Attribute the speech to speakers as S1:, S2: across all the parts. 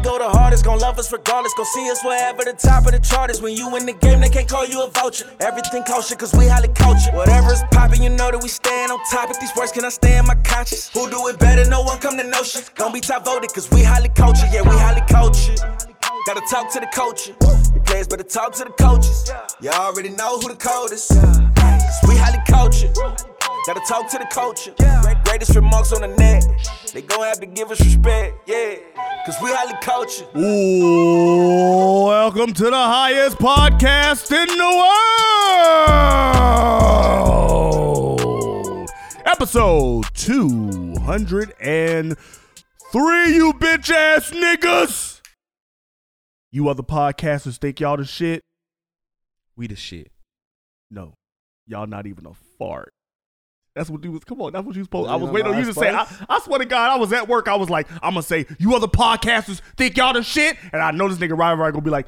S1: hardest, gon' love us regardless. Gon' see us wherever the top of the chart is. When you in the game, they can't call you a vulture. Everything kosher, cause we highly cultured. Whatever is poppin', you know that we stand on top. If these words can I stay in my conscience? Who do it better? No one come to know shit. Don't be top voted, cause we highly cultured. Yeah, we highly cultured. Gotta talk to the culture. The players better talk to the coaches. You already know who the code is. Cause we highly cultured. Gotta talk to the culture. Great- Greatest remarks on the net. They gon' have to give us respect. Yeah, cause we highly cultured.
S2: Welcome to the highest podcast in the world. Episode 203, you bitch ass niggas. You other podcasters think y'all the shit?
S3: We the shit.
S2: No. Y'all not even a fart. That's what you was. Come on, that's what you was supposed.
S3: Not
S2: I was
S3: even
S2: waiting
S3: a
S2: on you to
S3: last
S2: say. I, I swear to God, I was at work. I was like, I'm gonna say, you other podcasters think y'all the shit, and I know this nigga Ryan Ryan gonna be like,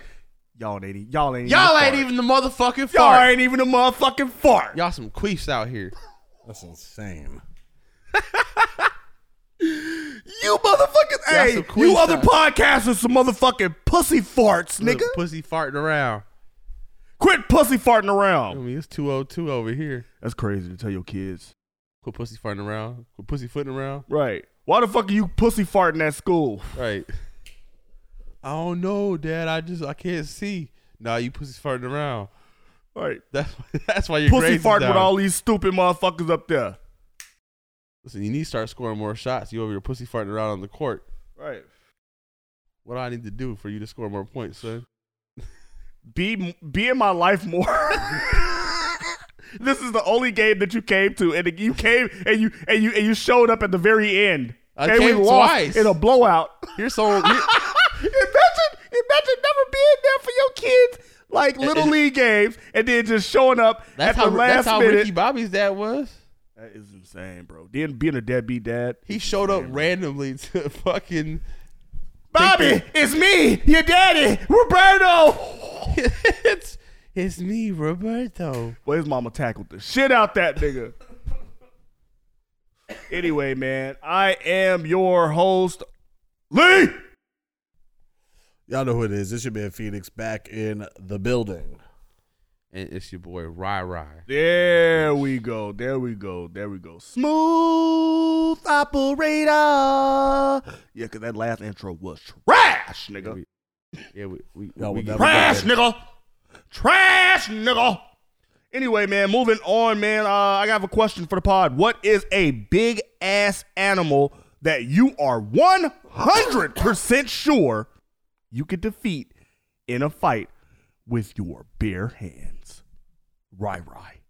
S2: y'all ain't, e- y'all ain't,
S3: Y'all
S2: a
S3: ain't
S2: fart.
S3: even the motherfucking
S2: y'all
S3: fart.
S2: ain't even a motherfucking fart.
S3: Y'all some queefs out here.
S4: That's insane.
S2: You motherfuckers,
S3: Y'all
S2: hey,
S3: some
S2: you
S3: queefs
S2: other
S3: out.
S2: podcasters, some motherfucking pussy farts, nigga.
S3: Little pussy farting around.
S2: Quit pussy farting
S3: I
S2: around.
S3: mean, it's 202 over here.
S2: That's crazy to tell your kids.
S3: Quit pussy farting around. Quit pussy footing around.
S2: Right? Why the fuck are you pussy farting at school?
S3: Right. I don't know, Dad. I just I can't see. Nah, you pussy farting around.
S2: Right?
S3: That's that's why you're
S2: Pussy farting with all these stupid motherfuckers up there.
S3: Listen, you need to start scoring more shots. You over here pussy farting around on the court.
S2: Right.
S3: What do I need to do for you to score more points, son?
S2: be be in my life more. this is the only game that you came to, and you came and you and you and you showed up at the very end.
S3: I
S2: and
S3: came
S2: we lost
S3: twice.
S2: in a blowout.
S3: You're so you're-
S2: imagine, imagine never being there for your kids, like little
S3: and-
S2: league games, and then just showing up at
S3: that's how
S2: the last
S3: that's how
S2: minute.
S3: Ricky Bobby's dad was.
S2: that is insane, bro. Then being a deadbeat dad.
S3: He showed up randomly to fucking
S2: Bobby, it's me, your daddy, Roberto.
S3: it's it's me, Roberto.
S2: Well, his mama tackled the shit out that nigga. anyway, man, I am your host, Lee.
S4: Y'all know who it is. This should be a Phoenix back in the building.
S3: And it's your boy Rai Rai.
S2: There we go. There we go. There we go. Smooth operator. Yeah, because that last intro was trash, nigga.
S3: Yeah, we we,
S4: Y'all
S3: we
S4: will never
S2: Trash, nigga. Trash, nigga. Anyway, man, moving on, man. Uh, I have a question for the pod. What is a big ass animal that you are 100% sure you could defeat in a fight with your bare hands? Rai Rai.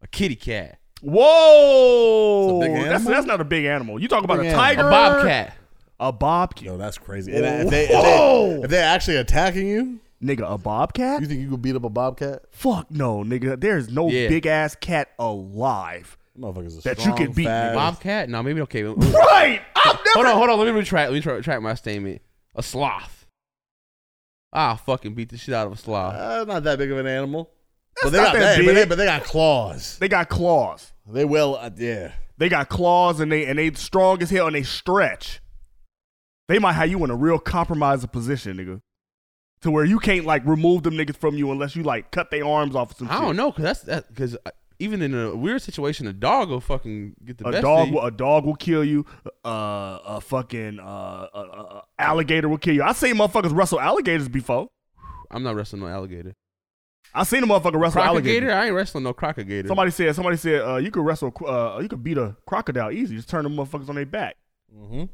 S3: a kitty cat,
S2: Whoa.
S4: It's a big
S2: that's,
S4: animal?
S2: that's not a big animal. You talk about
S4: Big
S2: a
S4: animal.
S2: tiger,
S3: a bobcat.
S2: a bobcat.
S4: Yo, that's crazy. And if, they,
S2: Whoa.
S4: are actually attacking you,
S2: Nigga, a bobcat?
S4: you think you could beat up a bobcat?
S2: Fuck no, nigga. There's no
S3: Yeah.
S2: big ass cat alive.
S4: Motherfuckers are
S2: That you
S4: strong,
S2: could beat,
S4: fast.
S2: nigga.
S3: Bobcat? No, maybe okay. Hold
S2: Right. I've never.
S3: on, hold on. Let me retract. Let me try, retract my statement. A sloth. I'll fucking beat the shit out of a sloth.
S4: Uh, not that big of an animal. but they
S2: not
S4: got
S2: that
S4: they- but, they,
S2: big.
S4: but they got claws.
S2: They got claws.
S4: They will. Uh, yeah.
S2: They got claws, and they and they strong as hell, and they stretch. They might have you in a real compromising position, nigga, to where you can't like remove them niggas from you unless you like cut their arms off. Or some
S3: I
S2: shit.
S3: don't know, cause that's that, cause uh, even in a weird situation, a dog will fucking get the
S2: A
S3: best.
S2: dog,
S3: of you.
S2: will, a dog will kill you. Uh, a fucking uh, a, a- a alligator will kill you. I seen motherfuckers wrestle alligators before.
S3: I'm not wrestling no alligator.
S2: I seen a motherfucker wrestle alligator.
S3: Crocodile? I ain't wrestling no crocodile.
S2: Somebody said, somebody said, uh, you could wrestle, uh, you could beat a crocodile easy. Just turn them motherfuckers on their back.
S4: Mm-hmm.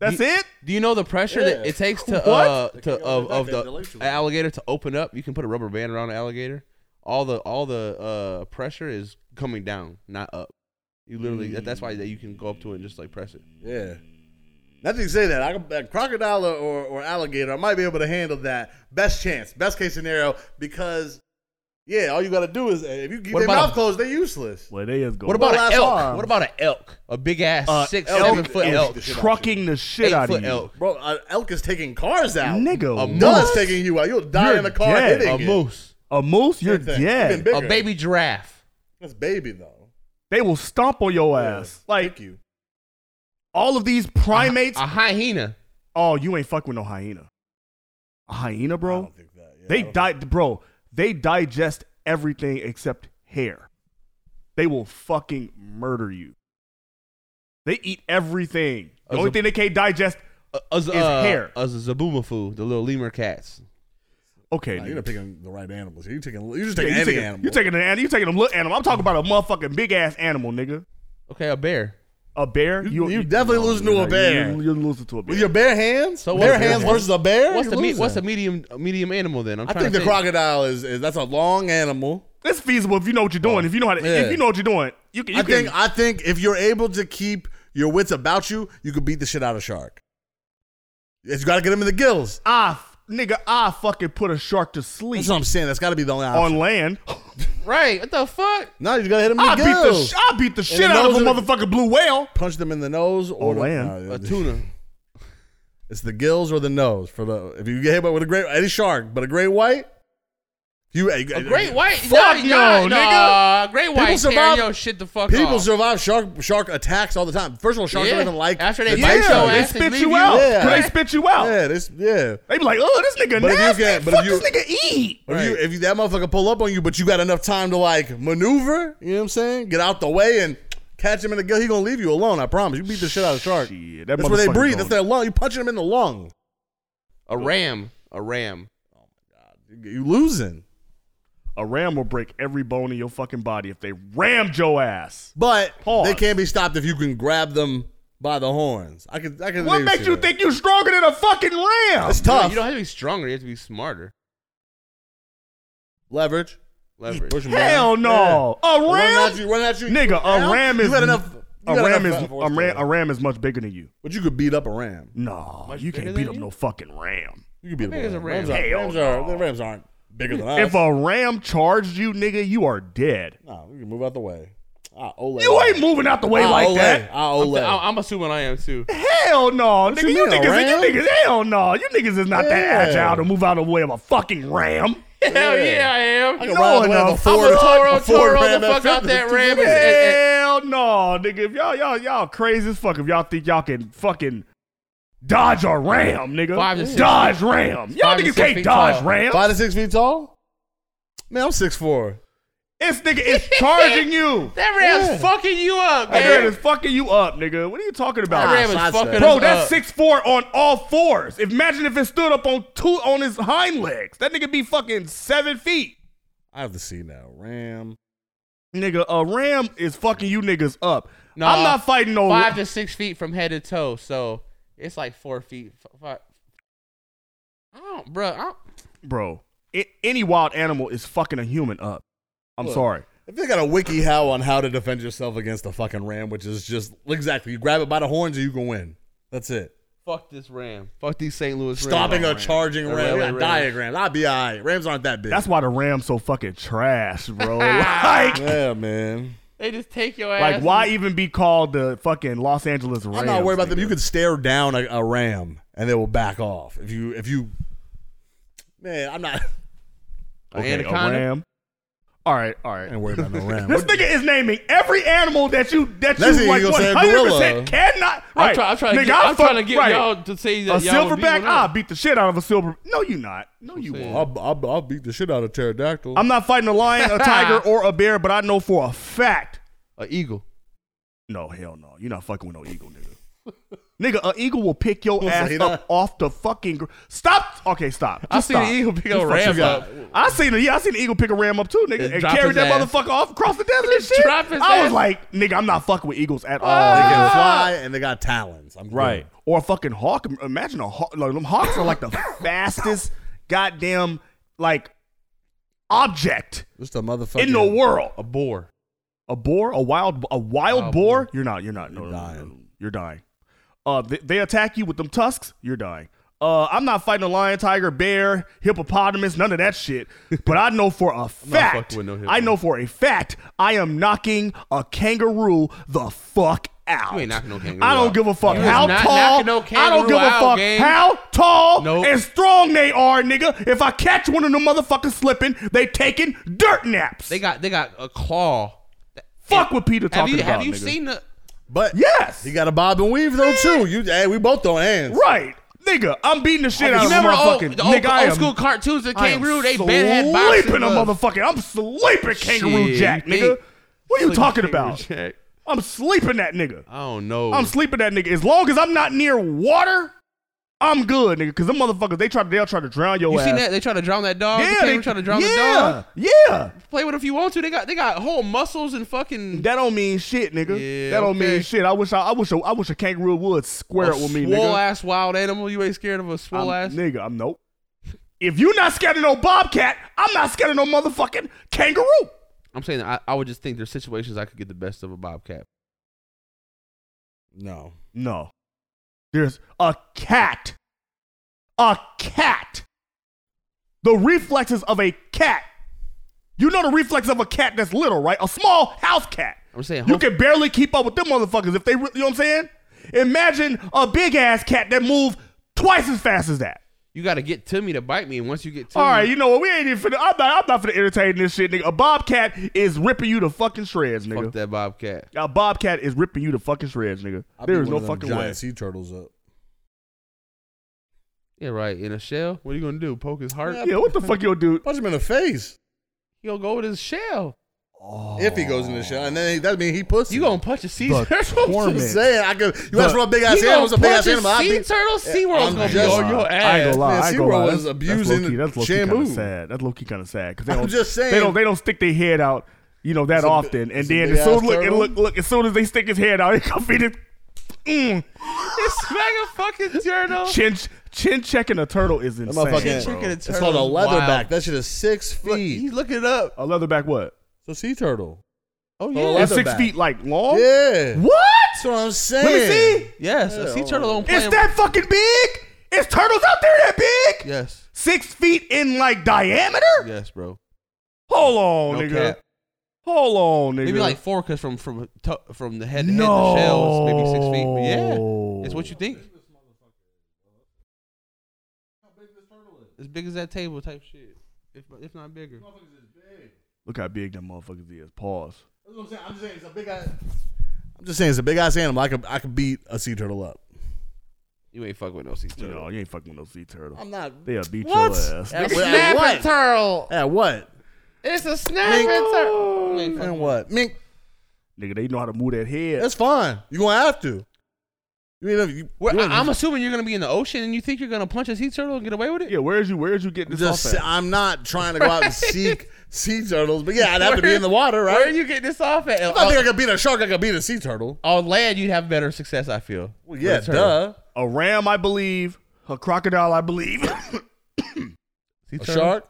S2: That's it.
S3: Do you know the pressure that
S4: Yeah.
S3: it takes to
S2: What?
S3: uh to of, of
S4: They
S3: the
S4: dilute you.
S3: alligator to open up? You can put a rubber band around the alligator. All the all the uh pressure is coming down, not up. You literally that, that's why that you can go up to it and just like press it.
S4: Yeah. Nothing to say that. I can, that crocodile or, or, or alligator, I might be able to handle that. Best chance, best case scenario, because yeah, all you gotta do is uh, if you keep
S3: What
S4: their
S3: about
S4: mouth
S3: a-
S4: closed, they're useless.
S2: Well, they is going.
S3: What about
S4: last
S3: an elk?
S4: arm.
S3: What about an elk? A big ass
S2: Uh,
S3: six
S4: elk
S3: seven
S4: is-
S3: foot
S4: elk
S3: elk,
S4: is-
S2: trucking the shit
S3: eight
S2: out of
S3: foot
S2: you,
S3: elk,
S4: Bro, an elk is taking cars out.
S2: nigga?
S3: A
S4: Does
S2: what?
S4: taking you out. You'll die
S2: You're
S4: in the car
S2: dead.
S4: hitting
S3: a
S4: it.
S3: moose,
S2: A moose, you're
S4: Same thing. Even
S2: dead.
S4: bigger.
S3: a baby giraffe.
S4: That's baby though.
S2: They will stomp on your ass. Like
S4: Thank you.
S2: all of these primates.
S3: a hyena.
S2: oh, you ain't fuck with no hyena. A hyena,
S4: I
S2: bro.
S4: don't think that. Yeah, I
S2: They
S4: don't-
S2: di- bro. They digest everything except hair. They will fucking murder you. They eat everything. The
S3: As
S2: only
S3: a-
S2: thing they can't digest.
S3: Uh, as,
S2: Is
S3: uh,
S2: hair.
S3: As a zabumafu, the little lemur cats.
S2: Okay,
S4: Nah,
S2: nigga.
S4: you're not picking the right animals. You're taking. You're just
S2: Yeah,
S4: taking
S2: you
S4: any
S2: taking,
S4: animal.
S2: You taking an animal? You taking a little animal? I'm talking about a motherfucking big ass animal, nigga.
S3: Okay, a bear.
S2: A bear?
S4: You- you definitely losing to a
S2: nah,
S4: bear.
S2: You, are losing to a bear.
S4: with your bare hands.
S3: So
S4: bare
S3: what's-
S4: hands
S3: what's-
S4: versus a bear.
S3: What's the
S4: You're
S3: me-
S4: losing.
S3: what's the medium a medium animal then? I'm
S4: I
S3: trying
S4: think
S3: to
S4: the crocodile is, is that's a long animal.
S2: it's feasible if you know what you're doing. If you know how to,
S4: Yeah.
S2: if you know what you're doing, you can. You
S4: Oh, I
S2: can
S4: think I think if you're able to keep your wits about you, you could beat the shit out of shark. You got to get him in the gills.
S2: I, f- nigga, I fucking put a shark to sleep
S4: That's what I'm saying. That's got to be the only option.
S2: on land.
S3: Right. What the fuck?
S4: no, you got to hit him in the
S2: I beat the
S4: gills.
S2: sh- I beat the shit
S4: the
S2: out of a
S4: nose of-
S2: motherfucking blue whale.
S4: Punch them in the nose or
S2: On
S4: the,
S2: land.
S4: no,
S3: A tuna.
S4: It's the gills or the nose for the. If you get hit with a great any shark, but a great white, you a
S3: white.
S2: Fuck no, nigga.
S3: nah, Great
S4: People
S3: white.
S4: survive-
S3: Survive, yo, shit the fuck
S4: People
S3: off.
S4: survive shark shark attacks all the time. First of all, sharks
S3: Yeah.
S4: don't even like
S3: After they
S4: the
S3: bite
S4: bite
S3: your
S4: you.
S2: They
S3: ass. and
S2: spit
S3: leave
S2: you
S3: you.
S2: out.
S4: Yeah.
S2: They spit you out.
S4: Yeah, this yeah.
S2: They be like, oh, this nigga
S4: But if you
S2: nasty.
S4: get- but
S2: Fuck
S4: if you-
S2: this nigga E." eat.
S4: But If, you, if you, that motherfucker pull up on you, but you got enough time to like maneuver, you know what I'm saying? Get out the way and catch him in the gill. He gonna leave you alone. I promise. You beat the shit out of the shark.
S2: Shit, that
S4: That's where they
S2: motherfucker
S4: breathe.
S2: gone.
S4: That's their lung. You punching him in the lung.
S3: A ram. A ram.
S4: You losing.
S2: A ram will break every bone in your fucking body if they rammed your ass.
S4: But
S2: Pause.
S4: they can't be stopped if you can grab them by the horns. I could. I could.
S2: What
S4: maybe
S2: makes
S4: see
S2: you
S4: that.
S2: think you're stronger than a fucking ram?
S4: It's
S3: You don't-
S4: tough.
S3: You don't have to be stronger. You have to be smarter.
S4: Leverage. Push
S3: Leverage.
S4: 'em
S2: Hell
S4: down.
S2: no. A
S4: Yeah. Running at
S2: ram?
S4: you. Running at you.
S2: Nigga, a
S4: Now,
S2: ram
S4: you
S2: is
S4: got enough.
S2: a
S4: you got
S2: ram is
S4: enough
S2: a
S4: force
S2: ram
S4: to-
S2: a ram is much bigger than you.
S4: But you could beat up a ram.
S2: No,
S3: Much
S2: you
S3: bigger
S2: can't beat
S3: than
S2: up
S3: you?
S2: no fucking ram.
S4: You could beat
S3: big
S4: up
S3: is
S4: a
S3: a
S4: ram.
S3: ram?
S4: Rams, aren't,
S2: Hell
S4: rams,
S2: no.
S4: are, the rams aren't bigger
S3: Uh,
S4: than us.
S2: oh, If a ram charged you, nigga, you are dead.
S4: No, we can move out the way. Ah, Ole.
S2: You ain't moving out the way
S3: Oh,
S4: ah,
S2: like
S4: Ole.
S2: that.
S4: Ah, Ole.
S3: I- I'm assuming I am too.
S2: Hell no, nigga.
S4: you
S2: You,
S4: mean, a
S2: niggas,
S4: ram?
S2: you niggas, hell no. You niggas is not that
S4: Yeah.
S2: agile to move out of the way of a fucking ram.
S3: Hell yeah, I am.
S4: I
S3: I'm
S4: can
S2: No
S4: ride away
S2: enough.
S4: on
S2: I'm
S4: a
S2: a
S4: Ford,
S3: Toro
S4: a Ford
S3: Toro
S4: Ram
S3: the fuck
S4: F50.
S3: out that ram. It's- it's-
S2: Hell no, nigga. If y'all y'all y'all crazy as fuck if y'all think y'all can fucking dodge a ram, nigga.
S3: Five to six
S2: dodge ram. Y'all
S3: Five to
S2: niggas
S3: six
S2: can't
S3: feet
S2: dodge
S3: tall.
S2: ram.
S4: Five to six feet tall? Man, I'm six four.
S2: This nigga is charging you.
S3: That ram's
S4: Yeah.
S3: fucking you up,
S2: That ram is
S3: man.
S2: fucking you up, nigga. What are you talking
S3: That
S2: about?
S3: ram is
S4: Sidestep.
S3: fucking
S2: Bro,
S3: us
S2: that's
S3: up.
S2: six four on all fours. Imagine if it stood up on two on his hind legs. That nigga be fucking seven feet.
S4: I have to see now. Ram.
S2: Nigga, a ram is fucking you niggas up.
S3: Nah,
S2: I'm not fighting no
S3: five to six feet from head to toe, so it's like four feet. f- Five. I don't, bro. I don't,
S2: bro. a- any wild animal is fucking a human up. I'm
S4: Look.
S2: sorry.
S4: If they got a wiki how on how to defend yourself against a fucking ram, which is just exactly you grab it by the horns and you can win. That's it.
S3: fuck this ram. Fuck these St. Louis.
S4: Stopping a
S3: Rams.
S4: charging
S3: Ram,
S4: ram. We
S3: ram, ram.
S4: got diagrams. I'll be all right. Rams aren't that big.
S2: That's why the Rams so fucking trash, bro. like,
S4: yeah, man.
S3: They just take your ass.
S2: like why
S3: and-
S2: even be called the fucking Los Angeles Rams?
S4: I'm not worried about them.
S2: nigga?
S4: You could stare down a, a ram and they will back off. If you if you Man, I'm not
S2: okay,
S3: Anaconda?
S2: a ram. All right, all
S4: I ain't
S2: right.
S4: worried about no ram.
S2: This
S4: What-
S2: nigga is naming every animal that you that you
S4: Let's see,
S2: like
S4: you
S2: one
S4: gonna say a
S2: hundred
S4: gorilla.
S2: percent cannot. Right,
S3: I'm, try, I'm trying to
S2: Nigga,
S3: get,
S2: I
S3: I'm
S2: fuck-
S3: trying to get
S2: right.
S3: y'all to say
S2: a
S3: that y'all would beat
S2: silverback.
S3: one
S2: I'll
S3: up.
S2: beat the shit out of a silver. No, you not. No, you
S3: saying.
S2: won't.
S4: I'll, I'll, I'll beat the shit out of pterodactyl.
S2: I'm not fighting a lion, a tiger, or a bear, but I know for a fact
S3: A eagle.
S2: No, hell no. You're not fucking with no eagle, nigga. nigga, an eagle will pick your
S4: Don't
S2: ass
S4: say
S2: up
S4: that.
S2: off the fucking. Gr- stop. Okay, stop.
S3: I
S2: Just
S3: seen
S2: stop.
S3: an eagle pick
S2: Just
S3: a
S2: fuck
S3: ram
S2: you guys.
S3: up.
S2: I seen a yeah, I seen an eagle pick a ram up too, nigga,
S3: And
S2: and
S3: drop
S2: carry
S3: his
S2: that
S3: ass.
S2: motherfucker off across the desert and shit.
S3: Drop his
S2: I was
S3: ass. Ah.
S2: like, nigga, I'm not fucking with eagles at all.
S4: They
S2: nigga.
S4: can fly and they got talons. I'm good.
S2: Or a fucking hawk. Imagine a hawk. Like, them hawks are like the fastest goddamn like object
S4: Just a motherfucker
S2: in the world.
S3: A boar.
S2: a boar, a wild, a wild,
S3: Wild
S2: boar,
S3: boar.
S2: You're not. You're not. No,
S4: You're
S2: no, no, no,
S4: dying.
S2: no. You're dying. Uh, they, they attack you with them tusks. You're dying. Uh, I'm not fighting a lion, tiger, bear, hippopotamus, none of that shit. But I know for a fact,
S3: fucking with no hippo.
S2: I know for a fact, I am knocking a kangaroo the fuck out.
S3: You ain't knocking no kangaroo
S2: I don't
S3: out.
S2: give a fuck
S3: You is
S2: how
S3: not
S2: tall.
S3: knocking no
S2: I don't
S3: kangaroo
S2: give a
S3: out,
S2: fuck
S3: gang.
S2: how tall
S3: Nope.
S2: and strong they are, nigga. If I catch one of them motherfuckers slipping, they taking dirt naps.
S3: They got they got a claw.
S2: fuck what Peter
S3: Have
S2: talking
S3: you
S2: about.
S3: have you
S2: nigga.
S3: seen the?
S4: But
S2: Yes.
S4: he got a bob and weave though too. You, hey, we both throw hands.
S2: right. Nigga, I'm beating the shit
S3: Oh, You
S2: out of a
S3: remember old,
S2: motherfucking
S3: the old,
S2: nigga. I
S3: old
S2: am-
S3: school cartoons that
S2: I
S3: came
S2: am
S3: through? They bad had boxing
S2: sleeping a
S3: gloves.
S2: motherfucking. I'm sleeping kangaroo
S3: Shit,
S2: jack,
S3: you
S2: nigga.
S3: think-
S2: What are you
S3: Sleeping
S2: talking
S3: Kangaroo
S2: about?
S3: Jack.
S2: I'm sleeping that nigga.
S3: I don't know.
S2: I'm sleeping that nigga. As long as I'm not near water, I'm good, nigga. Cause them motherfuckers, they try to they'll try to drown your
S3: you
S2: ass.
S3: seen that? They try to drown that dog.
S2: Yeah,
S3: they
S2: they-
S3: try to drown
S2: yeah,
S3: the dog.
S2: Yeah.
S3: Play with it if you want to. They got they got whole muscles and fucking
S2: That don't mean shit, nigga.
S3: Yeah,
S2: that don't
S3: okay.
S2: mean shit. I wish I, I wish a, I wish a kangaroo would square it
S3: a
S2: with me,
S3: swole
S2: nigga.
S3: ass wild animal. You ain't scared of a swole
S2: I'm-
S3: ass.
S2: Nigga, I'm nope. If you not scared of no bobcat, I'm not scared of no motherfucking kangaroo.
S3: I'm saying I, I would just think there's situations I could get the best of a bobcat.
S4: No.
S2: No. There's a cat. A cat. The reflexes of a cat. You know the reflex of a cat that's little, right? A small house cat.
S3: I'm saying
S2: You
S3: hope-
S2: can barely keep up with them motherfuckers if they, re- you know what I'm saying? Imagine a big ass cat that moves twice as fast as that.
S3: you got to get to me to bite me, and once you get to
S2: All
S3: me,
S2: right, you know what? We ain't even finna. I'm not, I'm not finna entertain this shit, nigga. A bobcat is ripping you to fucking shreds,
S3: fuck
S2: nigga.
S3: that bobcat.
S2: A bobcat is ripping you to fucking shreds, nigga.
S4: I'll
S2: There
S4: beat
S2: is no
S4: one of them
S2: fucking
S4: giant
S2: way.
S4: sea turtles up.
S3: Yeah, right. In a shell, what are you gonna do? Poke his heart?
S2: Yeah, what the fuck you'll do?
S4: Punch him in the face
S3: You gonna go with his shell?
S4: if he goes in the shell, and then he, that mean he pussy.
S3: You gonna punch a sea
S2: The
S3: turtle?
S4: I'm
S2: torment.
S4: just saying I could. You
S2: But-
S4: ask for a big
S3: You
S4: ass
S3: gonna
S4: animal, it's a big
S3: punch
S4: ass
S3: a
S4: animal. I
S3: sea
S4: think
S3: turtle?
S4: Yeah,
S3: SeaWorld's
S4: I'm
S3: gonna be
S4: just-
S3: on Oh, your ass.
S2: I ain't gonna lie.
S4: Man,
S2: I ain't gonna
S4: SeaWorld
S2: lie.
S4: is
S2: That's-
S4: abusing
S2: That's low key, that's low key
S4: Shamu.
S2: kinda sad. That's low key kind of sad. Cause they
S4: I'm
S2: don't,
S4: just saying-
S2: they don't they don't stick their head out, you know, that
S4: a bi-
S2: often. And
S4: it's a
S2: then
S4: big
S2: as soon
S4: ass
S2: look and
S4: turtle.
S2: look look as soon as they stick his head out, it comes feed it. Mm.
S3: It's smack a fucking turtle.
S2: Chin chin checking a turtle is
S4: that
S2: insane.
S4: motherfucking.
S3: Chicken
S2: bro.
S3: and
S4: It's called a
S3: turtle's
S4: leatherback.
S3: wild.
S4: That shit is six
S3: Look, he's
S4: feet.
S3: looking it up.
S2: A leatherback what?
S4: It's a sea turtle.
S3: Oh
S4: yeah.
S3: yeah.
S2: It's six
S4: Leatherback.
S2: feet like
S3: Oh.
S2: long.
S4: Yeah.
S2: What?
S4: That's what I'm saying.
S2: Let me see.
S3: Yes, a sea
S4: Hell.
S3: turtle don't play.
S2: It's that fucking big. It's turtles out there that big.
S3: Yes,
S2: Six feet in like diameter.
S3: yes, bro.
S2: Hold
S3: No
S2: on, nigga.
S3: cap.
S2: Hold on, nigga.
S3: Maybe like four, cause from from to, from the head to head the shell is maybe six feet. But yeah, it's what you think. As big as that table type shit, if if not bigger.
S2: Look how big that motherfucker is. Pause.
S4: That's what I'm saying. I'm just saying it's a big ass. I'm just saying it's a big ass animal. I could I could beat a sea turtle up.
S3: You ain't fuck with no sea
S2: No,
S3: turtle.
S2: you ain't fucking with no sea turtle.
S4: I'm not.
S2: They'll beat
S3: What?
S2: your ass.
S4: At,
S3: A
S4: at
S3: snapper
S4: what?
S3: turtle.
S4: At what?
S3: It's a snapper turtle. You ain't fuck
S4: And
S3: with-
S4: what? Mink.
S2: Nigga, they know how to move that head.
S4: That's fine. You gonna have to. You mean if you?
S3: Well,
S4: you
S3: I- I'm assuming you're gonna be in the ocean and you think you're gonna punch a sea turtle and get away with it.
S2: yeah, where's you where's you getting
S4: I'm
S2: this
S4: just.
S2: off
S4: sa-
S2: at?
S4: I'm not trying to go out and seek sea turtles, but yeah, I'd have to be in the water,
S3: Where are
S4: right?
S3: you Oh. getting this off at?
S4: I don't think I
S3: On,
S4: could beat a shark. I could beat a sea turtle.
S3: on land, you'd have better success. I feel.
S4: Well,
S3: with
S4: yeah,
S3: a turtle.
S4: duh.
S2: A ram, I believe. A crocodile, I believe.
S3: Sea
S4: A
S3: turtle?
S4: shark.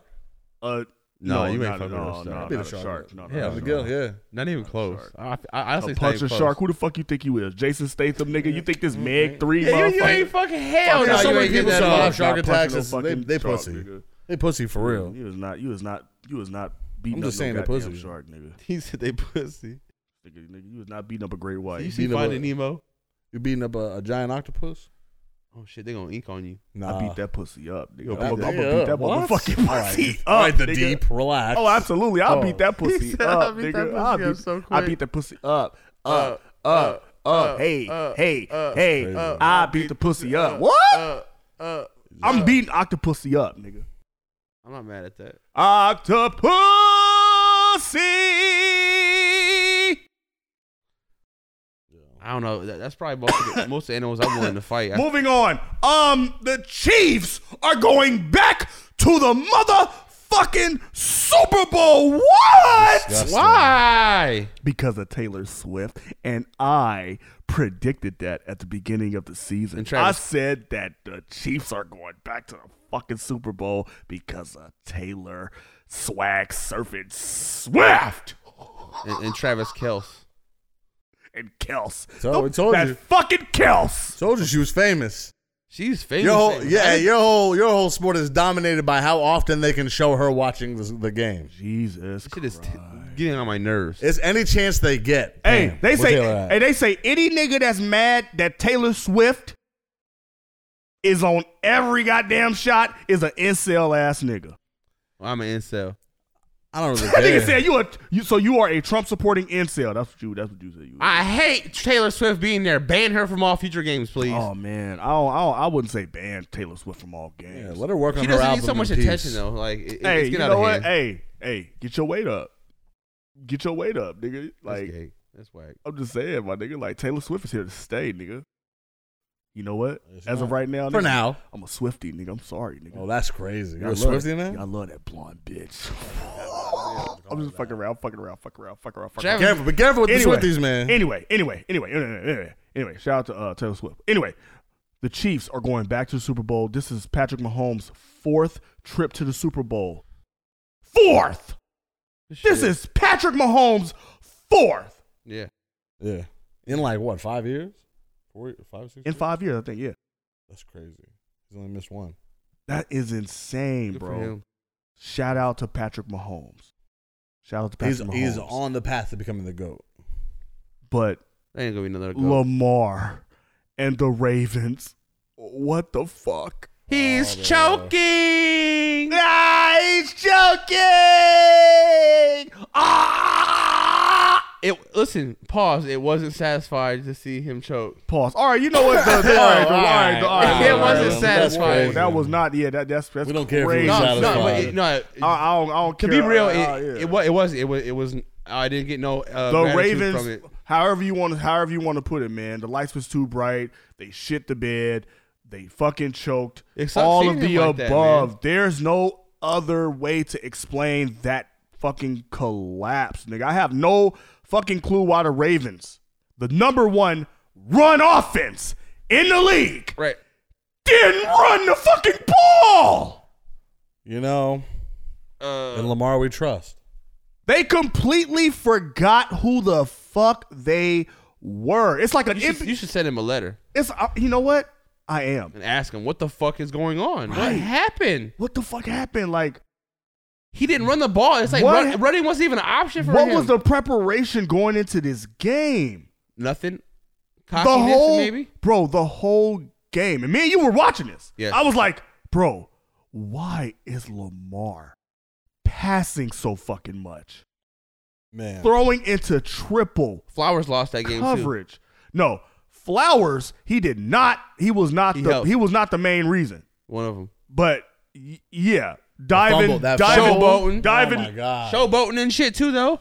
S2: uh,
S3: No, you ain't
S2: not-
S3: fucking
S2: no,
S3: with a
S2: No,
S3: shark.
S4: Beat
S2: not
S4: a
S2: a
S4: shark.
S2: shark. No, no,
S3: Hell
S2: no,
S4: The
S2: no.
S4: gill, yeah.
S3: Not even close. I, I honestly
S2: A
S3: think
S2: punch a
S3: close.
S2: shark. Who the fuck you think you is? Jason Statham, nigga. You think this Meg three?
S3: Yeah, you, you
S2: motherfucker-
S3: ain't fucking hell.
S2: Fuck
S3: No,
S2: out
S4: so
S3: you
S4: many
S3: ain't getting that
S4: people saw
S3: off.
S2: Not
S4: shark
S2: punching
S4: attacks
S2: no
S4: is- they-
S2: fucking
S4: they
S2: shark,
S4: pussy.
S2: nigga.
S4: They pussy for real.
S2: You was not. You was not. You was not beating
S4: just
S2: up
S4: saying
S2: no
S4: the
S2: goddamn
S4: pussy.
S2: shark, nigga.
S3: He said they pussy.
S2: nigga. Nigga, you was not beating up a great white.
S3: You see
S4: beat him
S3: Finding
S4: up.
S3: Nemo?
S4: You beating up a, a giant octopus?
S3: Oh shit, they gonna ink on you.
S4: Nah.
S2: I beat that pussy up, nigga.
S3: Yo,
S2: I'm
S3: beat
S2: gonna
S4: that
S2: beat
S4: up.
S2: that
S4: What?
S2: motherfucking
S4: All right.
S2: pussy up.
S4: All right, the
S2: nigga.
S4: deep. Relax.
S2: Oh, absolutely. I'll
S4: Oh.
S2: beat that pussy
S3: said, "I'll
S2: up,
S3: beat that
S2: nigga.
S3: pussy
S2: I'll
S3: up
S2: beat,
S3: so
S2: I
S3: quick."
S2: beat that pussy up, up, up, up. Hey, hey, hey.
S4: uh,
S2: I beat the pussy up. What?
S3: Uh,
S2: I'm beating octopussy up, nigga.
S3: I'm not mad at that.
S2: Octopussy.
S3: I don't know. That, that's probably most of the, most of the animals I'm willing to fight. I,
S2: Moving on. Um, the Chiefs are going back to the motherfucking Super Bowl. What?
S4: Disgusting.
S3: why?
S2: Because of Taylor Swift, and I predicted that at the beginning of the season.
S3: And Travis-
S2: I said that the Chiefs are going back to the fucking Super Bowl because of Taylor Swag Surfing Swift
S3: And, and Travis Kelce.
S2: and Kels.
S4: So, we told
S2: That's
S4: you.
S2: fucking Kels.
S4: Told you she was famous.
S3: She's famous.
S4: Your whole,
S3: famous.
S4: yeah,
S3: I-
S4: your whole your whole sport is dominated by how often they can show her watching the, the game.
S2: Jesus.
S3: Shit is
S2: Christ.
S3: t- getting on my nerves.
S4: It's any chance they get.
S2: Hey,
S4: Damn,
S2: they
S4: where
S2: say,
S4: Taylor at?
S2: hey, they say any nigga that's mad that Taylor Swift is on every goddamn shot is an incel ass nigga.
S3: I'm an incel.
S4: I don't really
S2: That
S4: care.
S2: nigga said you a you so you are a Trump supporting incel. That's what you that's what you said. You
S3: I hate Taylor Swift being there. Ban her from all future games, please.
S2: oh man, I don't, I don't, I wouldn't say ban Taylor Swift from all
S4: Yeah,
S2: games.
S4: let her work
S3: she
S4: on her
S3: doesn't
S4: album.
S3: need so much
S4: in peace.
S3: attention though. Like, it, it-
S2: hey, you
S3: it's getting out
S2: know
S3: of
S2: what?
S3: hand.
S2: Hey, hey, get your weight up. Get your weight up, nigga.
S3: That's
S2: Like
S3: gay. that's whack.
S2: I'm just saying, my nigga. Like Taylor Swift is here to stay, nigga. You know what?
S4: It's
S2: As of
S4: not.
S2: right now,
S4: For
S2: nigga,
S4: now.
S2: I'm a Swifty, nigga. I'm sorry, nigga.
S4: Oh, that's crazy. You're a
S2: love
S4: Swiftie
S2: that-
S4: now?
S2: yeah, I love that blonde bitch. I'm just fucking around, fucking around, fucking around, fucking around, fucking
S3: Travis-
S2: around.
S4: Careful, be careful with
S2: Anyway,
S4: the Swifties, man.
S2: Anyway, anyway, anyway, anyway, anyway, anyway, shout out to uh, Taylor Swift. Anyway, the Chiefs are going back to the Super Bowl. This is Patrick Mahomes' fourth trip to the Super Bowl. Fourth. This
S3: Shit.
S2: is Patrick Mahomes' fourth
S3: yeah.
S4: yeah. In like what, five years? Four, five, six?
S2: in
S4: years?
S2: five years, I think. Yeah,
S4: That's crazy. He's only missed one.
S2: that is insane,
S3: Good for
S2: bro.
S3: him.
S2: Shout out to Patrick Mahomes. Shout out to
S4: He's,
S2: Patrick Mahomes.
S4: he's on the path to becoming the GOAT.
S2: but
S3: There ain't gonna be another go.
S2: Lamar and the Ravens. What the fuck?
S3: He's choking.
S2: Ah, he's joking. Ah!
S3: It listen. Pause. It wasn't satisfied to see him choke.
S2: Pause. All right, you know what? The, the, all right, the, all right, the, all right.
S3: It
S2: all right,
S3: wasn't
S2: all right.
S3: satisfying.
S2: That was not. Yeah, that, that's that's
S4: We don't care if
S2: crazy.
S4: it was
S3: No,
S4: satisfying.
S3: no, but
S4: satisfied.
S3: it, no. it-
S2: I, I don't, I don't
S3: to
S2: care.
S3: be real,
S2: I-
S3: it,
S2: I- Ah, yeah.
S3: it, wa- it was it was it was. I didn't get no. Uh,
S2: the
S3: gratitude
S2: Ravens,
S3: From it.
S2: however you want, however you want to put it, man. The lights was too bright. They shit the bed. They fucking choked.
S3: It's not
S2: All
S3: seeing
S2: of the
S3: him like that,
S2: above.
S3: man.
S2: There's no other way to explain that fucking collapse, nigga. I have no fucking clue why the Ravens, the number one run offense in the league,
S3: Right.
S2: didn't run the fucking ball.
S4: You know,
S3: Uh,
S4: in Lamar we trust.
S2: They completely forgot who the fuck they were. It's like an
S3: you, should,
S2: imp-
S3: you should send him a letter
S2: It's uh, you know what I am.
S3: and ask him what the fuck is going on. What
S2: Right.
S3: happened?
S2: What the fuck happened? Like,
S3: He didn't run the ball. It's like
S2: What-
S3: run, running wasn't even an option for
S2: what
S3: him.
S2: was the preparation going into this game?
S3: nothing?
S2: The
S3: Cockiness,
S2: whole
S3: maybe.
S2: bro, the whole game, and me and you were watching this.
S3: Yes.
S2: I was like, bro, why is Lamar passing so fucking much,
S4: Man.
S2: throwing into triple
S3: Flowers lost that game too.
S2: coverage? No, Flowers, he did not. He was not
S3: He
S2: the.
S3: helped.
S2: He was not the main reason.
S3: One of them.
S2: But y- yeah, diving,
S4: fumble, that
S2: diving,
S3: fumble. Showboating.
S2: diving,
S4: oh my
S2: Uh,
S4: God.
S3: Showboating and shit too, though.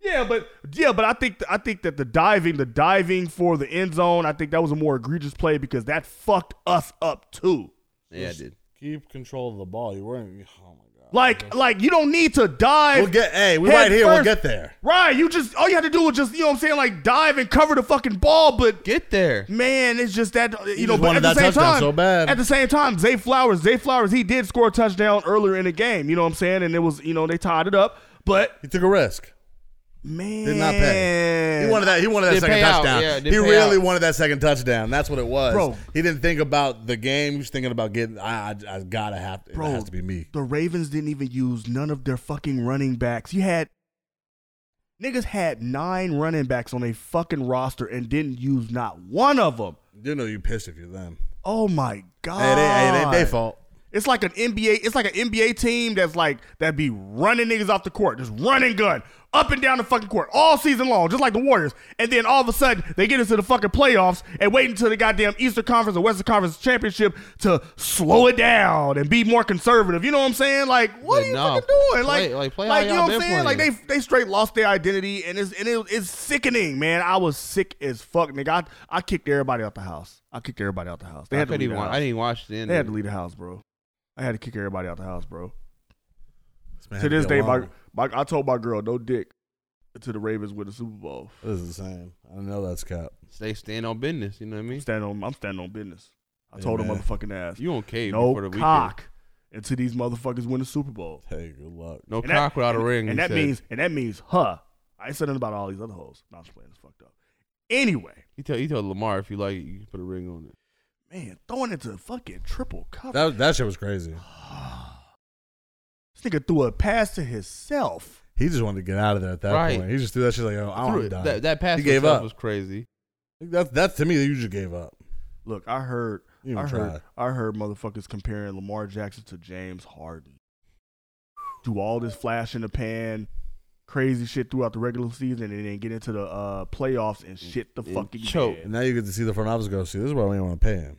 S2: Yeah, but yeah, but I think I think that the diving, the diving for the end zone, I think that was a more egregious play because that fucked us up too.
S3: Yeah, I did.
S4: Keep control of the ball. You weren't. Oh my God.
S2: Like like you don't need to dive.
S4: We'll get. Hey, we
S2: head
S4: right here. we We'll
S2: first.
S4: get there.
S2: Right, you just all you have to do was just you know what I'm saying like dive and cover the fucking ball, but
S3: Get there.
S2: man, it's just that you, know.
S4: just
S2: But
S4: wanted
S2: at the
S4: that
S2: same
S4: touchdown
S2: time,
S4: so bad.
S2: at the same time, Zay Flowers, Zay Flowers, he did score a touchdown earlier in the game. You know what I'm saying? And it was you know they tied it up, but
S4: He took a risk.
S2: man,
S4: Did not pay. He wanted that. He wanted that
S3: Didn't
S4: second
S3: pay out.
S4: touchdown.
S3: Yeah, didn't
S4: he
S3: pay
S4: really
S3: out.
S4: wanted that second touchdown. That's what it was.
S2: Bro.
S4: He didn't think about the game. He was thinking about getting. I. I, I gotta have. To,
S2: Bro.
S4: it has to be me.
S2: The Ravens didn't even use none of their fucking running backs. You had niggas had nine running backs on a fucking roster and didn't use not one of them.
S4: You know you pissed if you're them.
S2: Oh my god!
S4: Hey, they, hey, they, they fault.
S2: It's like an NBA. It's like an NBA team that's like that be running niggas off the court, just running gun up and down the fucking court all season long, just like the Warriors. And then all of a sudden they get into the fucking playoffs and wait until the goddamn Eastern Conference or Western Conference championship to slow it down and be more conservative. You know what I'm saying? Like what
S3: Yeah,
S2: are you
S3: nah,
S2: fucking doing?
S3: play-
S2: Like,
S3: like, play how
S2: like you know
S3: y'all
S2: what I'm
S3: been
S2: saying? Like they
S3: playing.
S2: they straight lost their identity and it's and it, it's sickening, man. I was sick as fuck, nigga. I, I kicked everybody out the house. I kicked everybody out the house. They
S3: I
S2: had to
S3: couldn't
S2: leave
S3: even.
S2: the
S3: wa-
S2: house.
S3: I didn't even watch the end.
S2: They
S3: of
S2: had
S3: it.
S2: to leave the house, bro. I had to kick everybody out the house, bro.
S4: This man
S2: to
S4: had
S2: this
S4: be
S2: day, my,
S4: alone.
S2: my I told my girl no dick to the Ravens with the Super Bowl.
S4: This is the same. I know that's cap.
S3: Stay stand on business. You know what I mean?
S2: Stand on, I'm standing on business. I told her
S4: man.
S2: motherfucking ass.
S3: You don't cave
S2: no
S3: before the weekend.
S2: cock until these motherfuckers win the Super Bowl.
S4: Hey, good luck.
S3: No
S2: And that-
S3: cock without
S2: and-
S3: a ring.
S2: And
S3: he
S2: that
S3: said.
S2: means and that means huh. I ain't said nothing about all these other hoes. No, I'm just playing. It's fucked up. Anyway,
S3: he tell he told Lamar if you like it, you can put a ring on it.
S2: man, throwing into fucking triple cover.
S4: That that shit was crazy.
S2: this nigga threw a pass to himself.
S4: He just wanted to get out of there at that
S3: Right.
S4: point. He just threw that shit like, oh, I'm
S3: Threw-
S4: done.
S3: that, that pass
S4: He gave
S3: itself
S4: up.
S3: was crazy.
S4: That's that's to me. You just gave up.
S2: Look, I heard,
S4: You even
S2: I heard,
S4: tried.
S2: I heard motherfuckers comparing Lamar Jackson to James Harden. do all this flash in the pan, crazy shit throughout the regular season, and then get into the uh, playoffs and shit the fucking
S3: choke.
S2: bed.
S4: And now you get to see the front office go, see, this is why we didn't want to pay him.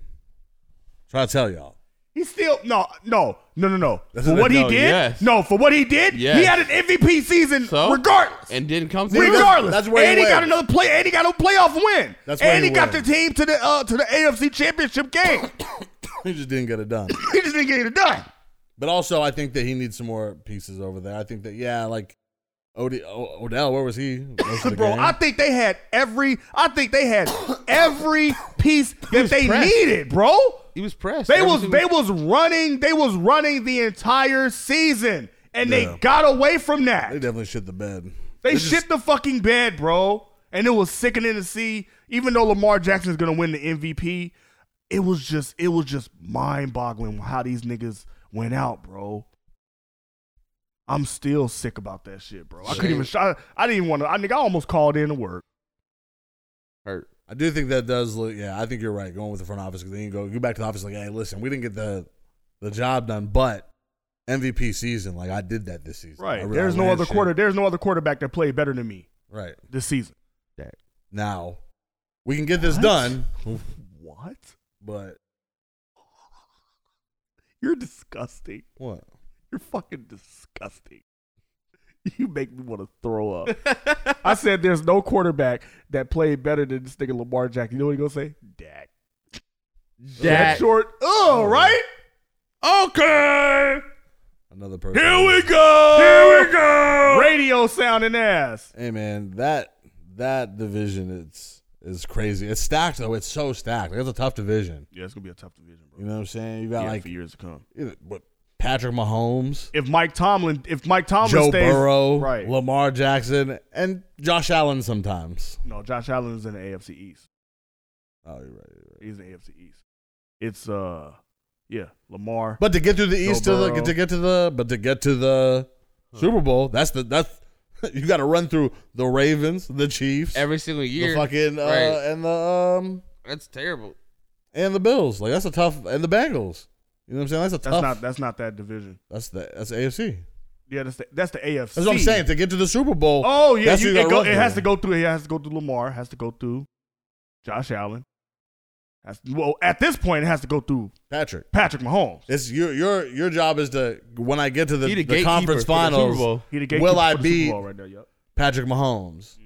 S4: Try to tell y'all.
S2: He still no, no, no, no, no.
S4: That's
S2: for
S4: what-
S2: what he
S3: no,
S2: did,
S3: yes.
S2: no, for what he did, he
S3: Yes.
S2: had an MVP season
S3: So?
S2: regardless.
S3: and didn't come to
S2: regardless,
S4: that's where he
S2: and he, got
S4: wins.
S2: another play, and he got a playoff win,
S4: That's where
S2: and
S4: he
S2: he, got the
S4: wins.
S2: team to the uh, to the AFC Championship game.
S4: He just didn't get it done.
S2: he just didn't get it done.
S4: But also, I think that he needs some more pieces over there. I think that, yeah, like Od- o- Odell, where was he? Most of the
S2: Bro,
S4: game?
S2: I think they had every, I think they had every piece that they
S3: pressed.
S2: needed, bro.
S3: He was pressed.
S2: They
S3: Every
S2: was
S3: single-
S2: they was running, they was running the entire season, and
S4: Yeah.
S2: they got away from that.
S4: they definitely shit the bed.
S2: They
S4: This is-
S2: shit the fucking bed, bro. And it was sickening to see. Even though Lamar Jackson is gonna win the MVP, it was just it was just mind boggling how these niggas went out, bro. I'm still sick about that shit, bro. I couldn't even. sh- I, I didn't even want to. I think I almost called in to work.
S3: hurt.
S4: I do think that does look. Yeah, I think you're right. Going with the front office because then you go go back to the office like, hey, listen, we didn't get the the job done, but MVP season, like I did that this season. I
S2: Right.
S4: really-
S2: There's
S4: I
S2: no
S4: ran
S2: other
S4: shit.
S2: quarter. There's no other quarterback that played better than me
S4: Right
S2: this season.
S4: now, we can get this
S2: What?
S4: done,
S2: What?
S4: but
S2: You're disgusting.
S4: what?
S2: You're fucking disgusting. You make me want to throw up. I said there's no quarterback that played better than this nigga Lamar Jackson. You know what he gonna say? Dak. That
S3: Dak.
S2: short. Oh, right. Okay.
S4: Another person.
S2: Here we go. Here we go. Radio sounding ass.
S4: Hey man, that that division it's is crazy. It's stacked though. It's so stacked. Like, It's a tough division.
S2: Yeah, it's gonna be a tough division, bro.
S4: You know what I'm saying? You got
S2: Yeah,
S4: like
S2: for years to come.
S4: you know, what, Patrick Mahomes,
S2: If Mike Tomlin, if Mike Tomlin
S4: Joe
S2: stays,
S4: Burrow,
S2: right?
S4: Lamar Jackson, and Josh Allen sometimes.
S2: no, Josh Allen is in the AFC East.
S4: Oh, you're right. You're right.
S2: He's in the AFC East. It's uh, yeah, Lamar.
S4: But to get through the East to the,
S2: Burrow.
S4: to get to the but to get to the Super Bowl, that's the that's you got to run through the Ravens, the Chiefs,
S3: Every single year.
S4: the fucking uh,
S3: Right.
S4: and the um
S3: That's terrible.
S4: and the Bills. Like that's a tough and the Bengals. You know what I'm saying? That's a
S2: that's
S4: tough.
S2: not that's not that division.
S4: that's the that's AFC.
S2: Yeah, that's the, that's the AFC.
S4: That's what I'm saying. To get to the Super Bowl.
S2: Oh yeah,
S4: that's
S2: you,
S4: who
S2: it,
S4: gotta
S2: go,
S4: run
S2: it has
S4: through.
S2: to go through. It has to go through Lamar. Has to go through Josh Allen. Has, well, at this point, it has to go through
S4: Patrick.
S2: Patrick Mahomes.
S4: It's your your your job is to when I get to the,
S3: He the
S4: the,
S3: gatekeeper
S4: conference
S3: for the Super
S4: finals,
S3: Bowl.
S2: He the
S4: Will
S2: gatekeeper
S4: I
S2: for the
S4: be-
S2: Super Bowl right there? Yep.
S4: Patrick Mahomes.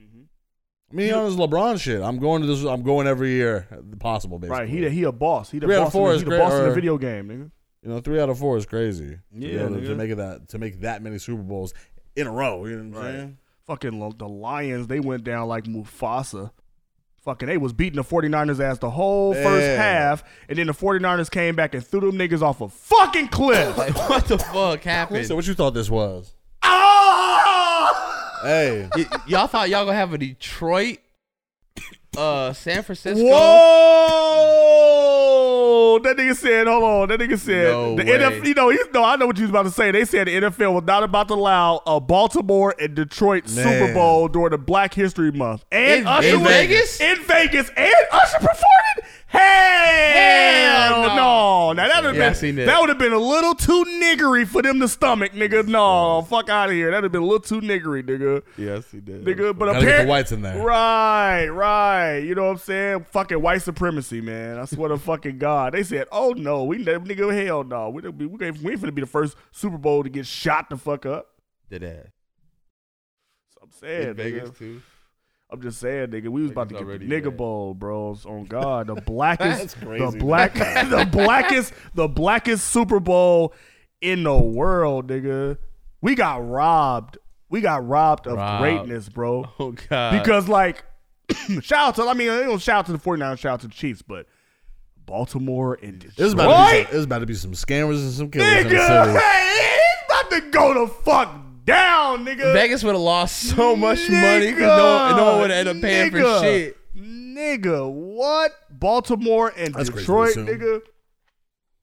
S4: I mean, he on his LeBron shit. I'm going to this. I'm going every year, possible. Basically,
S2: Right. He the, he a boss. He the
S4: Three out of
S2: boss.
S4: four
S2: in,
S4: is
S2: he the
S4: great,
S2: boss in
S4: or-
S2: the video game, nigga.
S4: you know, three out of four is crazy. To be
S2: Yeah,
S4: able to, to
S2: nigga.
S4: make it that to make that many Super Bowls in a row. You know what I'm saying?
S2: Fucking lo- the Lions. They went down like Mufasa. Fucking, they was beating the 49ers ass the whole first
S4: Yeah.
S2: half, and then the 49ers came back and threw them niggas off a fucking cliff.
S3: Like, what the fuck happened?
S4: So, what you thought this was?
S2: Ah!
S4: Hey,
S3: Y- y'all thought y'all gonna have a Detroit, uh, San Francisco.
S2: Whoa! That nigga said, hold on. That nigga said,
S3: No
S2: the
S3: way.
S2: NFL, you know, he's, no, I know what you was about to say. They said the NFL was not about to allow a Baltimore and Detroit
S4: Man.
S2: Super Bowl during the Black History Month. And
S3: In-
S2: Usher
S3: in
S2: was-
S3: Vegas?
S2: In Vegas. And Usher performed it? Hell,
S3: Hell
S2: no. Now, that would
S3: Yeah, I
S2: have
S3: seen
S2: been,
S3: that.
S2: that would have been a little too niggery for them to stomach, nigga. No, fuck out of here. That would have been a little too niggery, nigga.
S3: Yes, he did.
S2: Nigga, but
S4: Gotta get the
S2: apparently,
S4: whites in there.
S2: Right, right. You know what I'm saying? Fucking white supremacy, man. I swear to fucking God. They said, "Oh no, we nigga, hell no, we don't be, we ain't, we ain't finna be the first Super Bowl to get shot the fuck up."
S3: did that
S2: So I'm saying,
S3: in Vegas
S2: nigga.
S3: too.
S2: I'm just saying, nigga, we was about to
S3: Niggas
S2: get the
S3: already
S2: nigga
S3: dead.
S2: bowl, bro. It's on God, the blackest,
S4: That's crazy,
S2: the black, the blackest, the blackest Super Bowl in the world, nigga. We got robbed. We got robbed of
S3: Robbed.
S2: greatness, bro.
S3: Oh god.
S2: because like shout out to I mean they don't shout out to the 49ers, shout out to the Chiefs, but Baltimore and Detroit.
S4: it was about to be some, it was about to be some scammers and some killers. in the
S2: nigga,
S4: city.
S2: hey, it's about to go the fuck down, nigga.
S3: Vegas would have lost so much money because no, no one would end up paying
S2: Nigga.
S3: for shit.
S2: Nigga, what? Baltimore and
S4: That's crazy to
S2: Detroit,
S4: assume.
S2: nigga.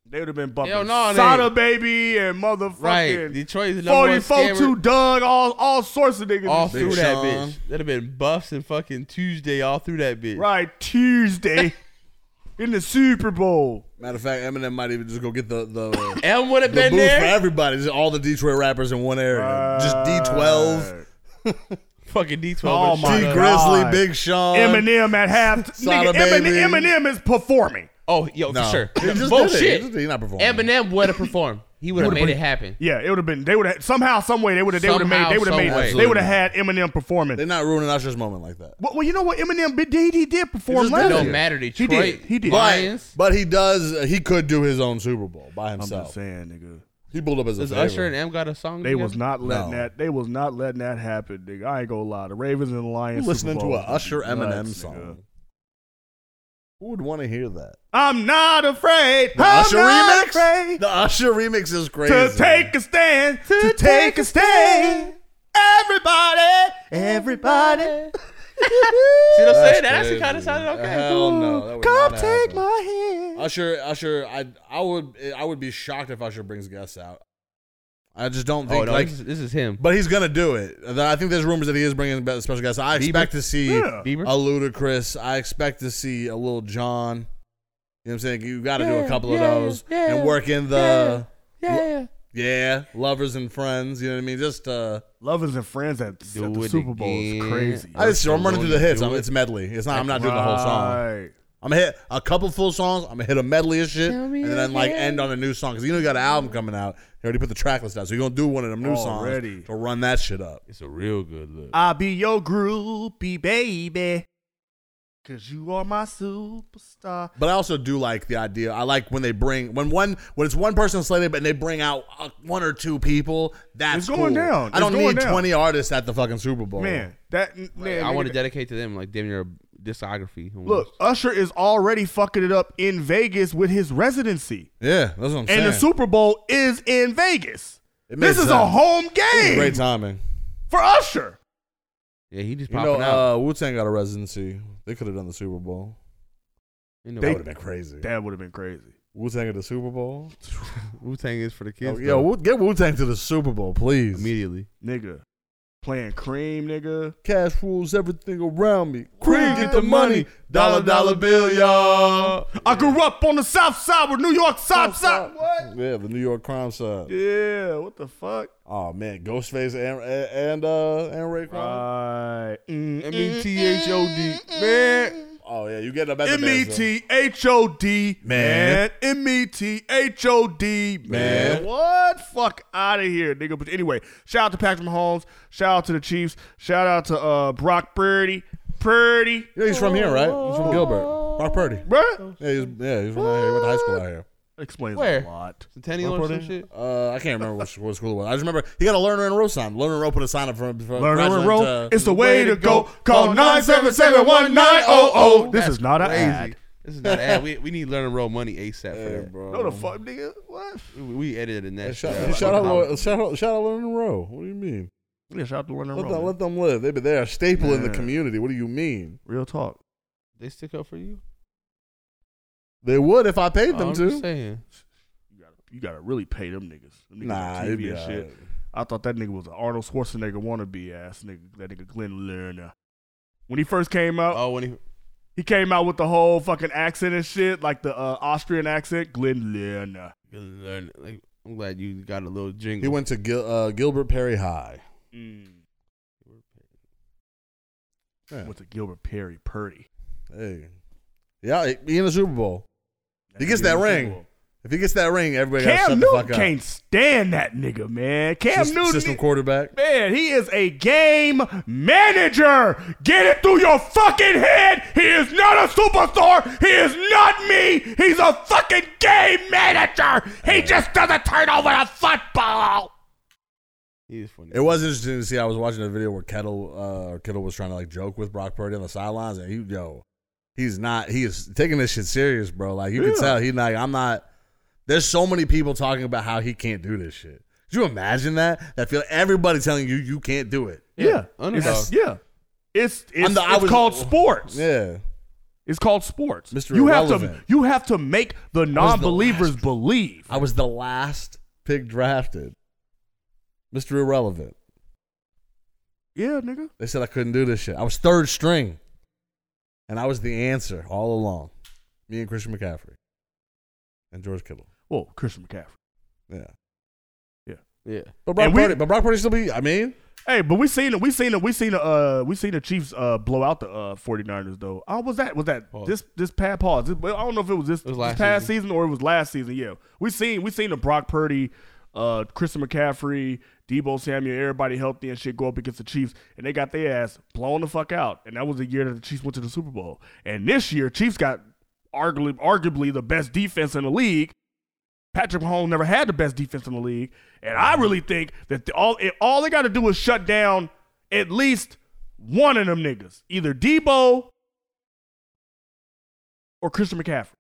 S2: They would have been bumping
S3: Hell no, they-
S2: Sada Baby and motherfucking
S3: Right. Detroit's the number one
S2: 44
S3: scammer.
S2: 2 Doug, all, all sorts of niggas.
S3: all
S2: Nigga.
S3: through that
S4: Sean.
S3: bitch. That'd have been buffs and fucking Tuesday all through that bitch.
S2: Right, Tuesday in the Super Bowl.
S4: Matter of fact, Eminem might even just go get the the,
S3: M would have
S4: the
S3: been
S4: booth for
S3: there.
S4: everybody. Just all the Detroit rappers in one area. Just D12,
S3: Fucking D12.
S2: Oh
S3: and
S2: my
S3: shit.
S4: D
S2: God.
S4: Grizzly, Big Sean,
S2: Eminem at half.
S4: Sada
S2: Nigga, Eminem,
S4: Baby.
S2: Eminem is performing.
S3: Oh, yo,
S4: No.
S3: for sure.
S4: He just did it. He
S3: Bullshit.
S4: just did- he not performing.
S3: Eminem would have performed. He would have made it happen.
S2: Yeah, it would have been. They would have somehow, some way, they would have. They would have made.
S3: Somehow,
S2: They would have made.
S3: some way.
S2: They would have had Eminem performing.
S4: They're not ruining Usher's moment like that.
S2: Well, well, you know what? Eminem did. He, he did perform
S4: just
S2: last
S4: did
S2: year.
S3: It
S4: it. Yeah.
S3: don't matter. Detroit.
S2: He did. He did.
S4: But,
S3: Lions.
S4: but he does. He could do his own Super Bowl by
S2: I'm
S4: himself.
S2: just saying, nigga.
S4: He pulled up as a
S3: Does
S4: favor.
S3: Usher and M got a song?
S2: They
S3: together?
S2: was not letting
S4: No.
S2: that. They was not letting that happen, nigga. I ain't gonna lie. The Ravens and the Lions.
S4: You listening
S2: Super
S4: to
S2: Bowl
S4: a
S2: was
S4: Usher
S2: nuts,
S4: Eminem
S2: nigga.
S4: song? Who would want to hear that?
S2: I'm not afraid.
S4: The
S2: I'm
S4: Usher
S2: not
S4: remix.
S2: afraid
S4: The Usher remix is crazy.
S2: to take a stand. To, take a stand. Everybody, everybody,
S3: See what I'm
S4: That's
S3: saying? That actually
S4: crazy.
S3: kind of sounded okay.
S4: Hell no. that would
S2: come
S4: not
S2: take
S4: happen.
S2: my hand.
S4: Usher, Usher, I, I would, I would be shocked if Usher brings guests out. I just don't think
S3: Oh no,
S4: like,
S3: this, is, this is him.
S4: but he's gonna do it. I think there's rumors that he is bringing be- special guests. I expect to see
S2: Yeah.
S4: a
S3: Bieber.
S4: Ludacris. I expect to see a Lil John. You know what I'm saying? You got to do a couple of those and work in the
S3: yeah,
S4: yeah. lovers and friends. You know what I mean? Just uh,
S2: Lovers and friends at, at
S3: Do
S2: the
S3: it
S2: Super Bowl is
S3: again.
S2: crazy.
S4: I just, I'm running through the hits.
S3: Do
S4: I'm,
S3: it.
S4: it's medley. It's not. I'm not doing the whole song.
S2: Right.
S4: I'm gonna hit a couple full songs. I'm gonna hit a medley of shit,
S3: Tell
S4: and
S3: me
S4: then like
S3: again.
S4: end on a new song because you know you got an album coming out. You already put the track list out, so you're gonna do one of them new
S2: Already.
S4: songs to run that shit up.
S3: It's a real good look.
S2: I'll be your groupie, baby. Cause you are my superstar.
S4: But I also do like the idea. I like when they bring when one when it's one person slated, but they bring out uh, one or two people. That's
S2: It's going
S4: cool.
S2: down.
S4: I don't
S2: It's going
S4: need
S2: down.
S4: 20 artists at the fucking Super Bowl.
S2: Man, that man,
S3: I
S2: nigga,
S3: want to
S2: that-
S3: dedicate to them like damn near a discography. almost.
S2: Look, Usher is already fucking it up in Vegas with his residency.
S4: yeah, that's what I'm saying.
S2: And the Super Bowl is in Vegas.
S4: It
S2: This
S4: makes
S2: is a
S4: sense.
S2: home
S4: This is
S2: game
S4: great timing.
S2: for Usher.
S3: yeah, he just
S4: You
S3: popping
S4: know,
S3: out.
S4: uh, Wu Tang got a residency. They could have done the Super Bowl.
S3: Ain't
S2: they-
S4: That
S3: no
S4: would have been crazy.
S2: That would have been crazy.
S4: Wu Tang at the Super Bowl.
S3: Wu Tang is for the
S4: Yo,
S3: kids.
S4: Oh, yo,
S3: though.
S4: Wu- get Wu Tang to the Super Bowl, please.
S3: immediately.
S2: Nigga. Playing cream, nigga.
S4: Cash rules everything around me.
S2: Cream, get the money.
S4: Dollar, dollar bill, y'all.
S2: I grew up on the South Side with New York South Side. What?
S4: Yeah, the New York crime side.
S2: Yeah, what the fuck?
S4: Oh man, Ghostface and and uh and Ray Kroc.
S2: Right. Mm,
S3: M E T H O D man.
S4: Oh yeah, you get a better
S2: M E T H O D
S4: Man.
S2: man. M E T H O D
S4: Man.
S2: man. What fuck out of here, nigga? But anyway, shout out to Patrick Mahomes. Shout out to the Chiefs. Shout out to uh, Brock Purdy. Purdy,
S4: Yeah, he's from here, right? He's from Gilbert. Brock Purdy.
S2: bruh.
S4: Yeah, he's yeah, he's from out here. He went to high school out here.
S2: Explains
S3: Where?
S2: a lot.
S3: Centennial or some shit.
S4: Uh, I can't remember which, what school it was. I just remember he got a learner and row sign. Learner and row put a sign up for, for uh,
S2: Learn and
S4: graduating
S2: roll.
S4: to-
S2: It's the way to go. Call 977-1900. This is not an
S3: oh
S2: ad.
S3: This is not an ad. We, we need learn and roll money ASAP for
S4: Yeah,
S3: that.
S4: bro.
S2: No, the fuck, nigga. What?
S3: We, we edited the
S4: Yeah,
S3: next.
S4: Shout,
S3: shit out.
S4: shout out, Lo- shout out, shout out, Learn and Row. What do you mean?
S2: Yeah, shout out to Learn and
S4: Let them,
S2: Roll. man.
S4: let them live. They, they are a staple in the
S2: Yeah.
S4: community. What do you mean?
S2: Real talk.
S3: They stick up for you. Oh,
S4: They would if I
S2: Oh,
S4: paid them
S3: I'm just
S4: to.
S3: saying.
S2: You gotta, you gotta really pay them niggas. Them niggas
S4: Nah,
S2: on
S4: it'd
S2: TV
S4: be
S2: and
S4: all
S2: shit.
S4: right.
S2: I thought that nigga was an Arnold Schwarzenegger wannabe ass nigga. That nigga Glenn Lerner. When he first came
S4: Uh,
S2: out,
S3: Oh, when he
S2: he came out with the whole fucking accent and shit, like the uh, Austrian accent. Glenn Lerner.
S3: you learn it. Like, I'm glad you got a little jingle.
S4: He went to Gil, uh, Gilbert Perry High.
S2: Mm.
S4: Yeah.
S2: With the Gilbert Perry Purdy.
S4: Hey, yeah, he- he in the Super Bowl. He gets that ring. If he gets that ring, everybody got
S2: Cam
S4: to shut the
S2: Newton
S4: fuck up.
S2: can't stand that nigga, man. Cam
S4: Sys-
S2: Newton.
S4: system quarterback.
S2: Man, he is a game manager. Get it through your fucking head. He is not a superstar. He is not me. He's a fucking game manager. He just doesn't turn over the football.
S3: He is funny.
S4: It was interesting to see. I was watching a video where Kettle uh, Kittle was trying to like joke with Brock Purdy on the sidelines, and he yo, he's not. He is taking this shit serious, bro. Like you can
S2: Yeah.
S4: tell, he's like, I'm not. There's so many people talking about how he can't do this shit. Could you imagine that? That feel everybody telling you you can't do it.
S2: Yeah.
S3: underdog.
S2: It's- yeah. It's it's,
S4: I'm the- I
S2: it's
S4: was-
S2: called sports.
S4: Yeah,
S2: It's called sports.
S4: Mr.
S2: You have to
S4: Irrelevant.
S2: you have to make the non-believers believe.
S4: I was the last pick drafted, Mister Irrelevant.
S2: Yeah, nigga.
S4: They said I couldn't do this shit. I was third string, and I was the answer all along. Me and Christian McCaffrey. and George Kittle.
S2: Well, Christian McCaffrey.
S4: Yeah.
S3: Yeah.
S4: But Brock
S2: And we-
S4: Purdy, but Brock Purdy still be. I mean,
S2: Hey, but we seen it. We seen it. We seen the uh we seen the Chiefs uh blow out the uh 49ers though. Oh, was that was that
S3: Pause.
S2: this this past pause? This- I don't know if it was this,
S3: was
S2: this
S3: last
S2: past season. or it was last season. Yeah, we seen we seen the Brock Purdy, uh, Christian McCaffrey, Debo Samuel, everybody healthy and shit go up against the Chiefs, and they got their ass blown the fuck out. And that was the year that the Chiefs went to the Super Bowl. And this year, Chiefs got arguably arguably the best defense in the league. Patrick Mahomes never had the best defense in the league, and I really think that the, all it, all they got to do is shut down at least one of them niggas, either Debo or Christian McCaffrey.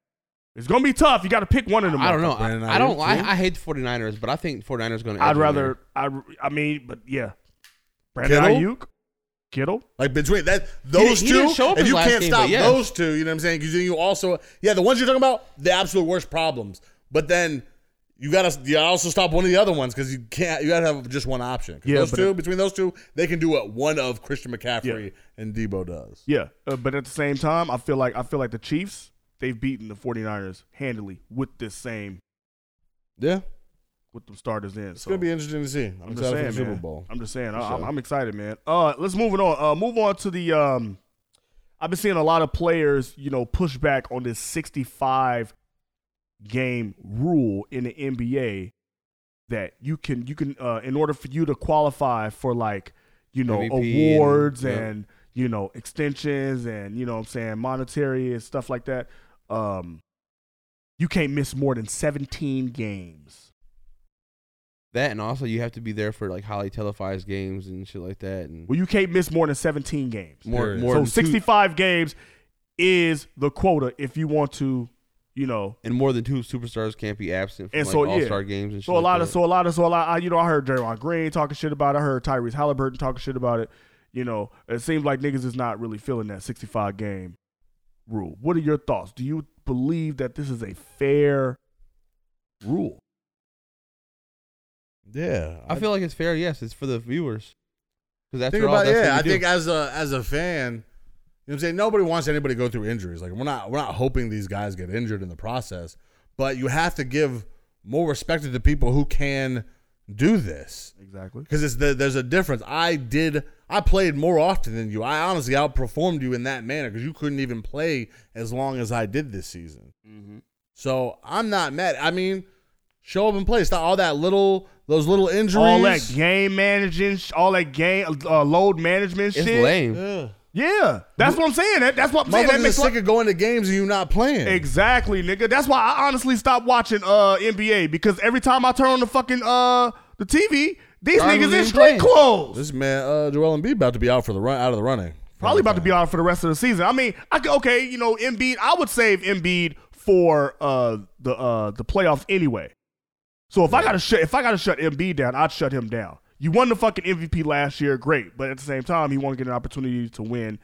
S2: It's gonna be tough. You got to pick one of them.
S3: I don't know.
S4: Brandon
S3: I, I don't.
S4: Ayuk,
S3: I,
S4: too.
S3: I hate the 49ers, but I think 49ers going to.
S2: I'd rather. I. I mean, but yeah, Brandon
S4: Kittle?
S2: Ayuk, Kittle.
S4: like between that those
S3: he
S4: two,
S3: didn't show up
S4: if
S3: his
S4: you
S3: last
S4: can't
S3: game,
S4: stop
S3: but yeah.
S4: those two, you know what I'm saying? Because you also, yeah, the ones you're talking about, the absolute worst problems. But then you gotta, you gotta also stop one of the other ones because you can't. You gotta have just one option. 'Cause
S2: Yeah,
S4: those
S2: but
S4: two
S2: it-
S4: between those two, they can do what one of Christian McCaffrey and Debo does.
S2: Yeah, uh, but at the same time, I feel like I feel like the Chiefs they've beaten the 49ers handily with this same
S4: Yeah,
S2: with the starters in.
S4: it's
S2: so.
S4: gonna be interesting to see. I'm,
S2: I'm just saying,
S4: excited for the
S2: man.
S4: Super Bowl.
S2: I'm just saying,
S4: For
S2: I, am
S4: sure.
S2: I'm excited, man. Uh, let's move it on. Uh, move on to the. Um, I've been seeing a lot of players, you know, push back on this 65 game rule in the NBA that you can you can uh, in order for you to qualify for like you know
S3: MVP and-
S2: awards
S3: yeah.
S2: and, you know extensions and you know what I'm saying monetary and stuff like that. Um, you can't miss more than 17 games.
S3: that, and also you have to be there for like highly televised games and shit like that, and
S2: Well, you can't miss more than 17 games.
S3: more
S4: Period.
S3: more
S2: so
S3: than two-
S2: 65 games is the quota if you want to, you know.
S3: and more than two superstars can't be absent from
S2: And
S3: like
S2: so, yeah.
S3: all star games and shit.
S2: So a
S3: like
S2: lot
S3: that.
S2: of so a lot of so a lot. I, you know, I heard Draymond Green talking shit about. it. I heard Tyrese Halliburton talking shit about it. You know, it seems like niggas is not really feeling that 65 game rule. What are your thoughts? Do you believe that this is a fair rule?
S4: Yeah,
S3: I feel like it's fair. Yes, it's for the viewers. Because that's
S4: think
S3: all,
S4: about
S3: that's
S4: yeah.
S3: what
S4: I
S3: you
S4: think
S3: do.
S4: as a as a fan, you know what I'm saying nobody wants anybody to go through injuries. Like we're not we're not hoping these guys get injured in the process, but you have to give more respect to the people who can do this
S2: Exactly.
S4: because it's the, there's a difference. I did I played more often than you. I honestly outperformed you in that manner because you couldn't even play as long as I did this season.
S3: Mm-hmm.
S4: So I'm not mad. I mean, show up and play. Stop all that little those little injuries.
S2: All that game managing, sh- all that game uh, load management
S3: it's
S2: shit. uh,
S3: lame.
S4: Yeah.
S2: Yeah, that's what I'm saying. That, that's what I'm saying. That
S4: Motherfuckers are
S2: makes
S4: sick of going to games and you not playing.
S2: Exactly, nigga. That's why I honestly stopped watching uh NBA because every time I turn on the fucking uh the TV, these
S3: Y'all
S2: niggas
S3: ain't
S2: in
S3: even
S2: street
S3: playing.
S2: clothes.
S4: This man, uh, Joel Embiid, about to be out for the run, out of the running.
S2: Probably about to be out for the rest of the season. I mean, I could, okay, you know, Embiid. I would save Embiid for uh the uh the playoffs anyway. So if I gotta shut if I gotta shut Embiid down, I'd shut him down. You won the fucking MVP last year, great, but at the same time, he won't get an opportunity to win,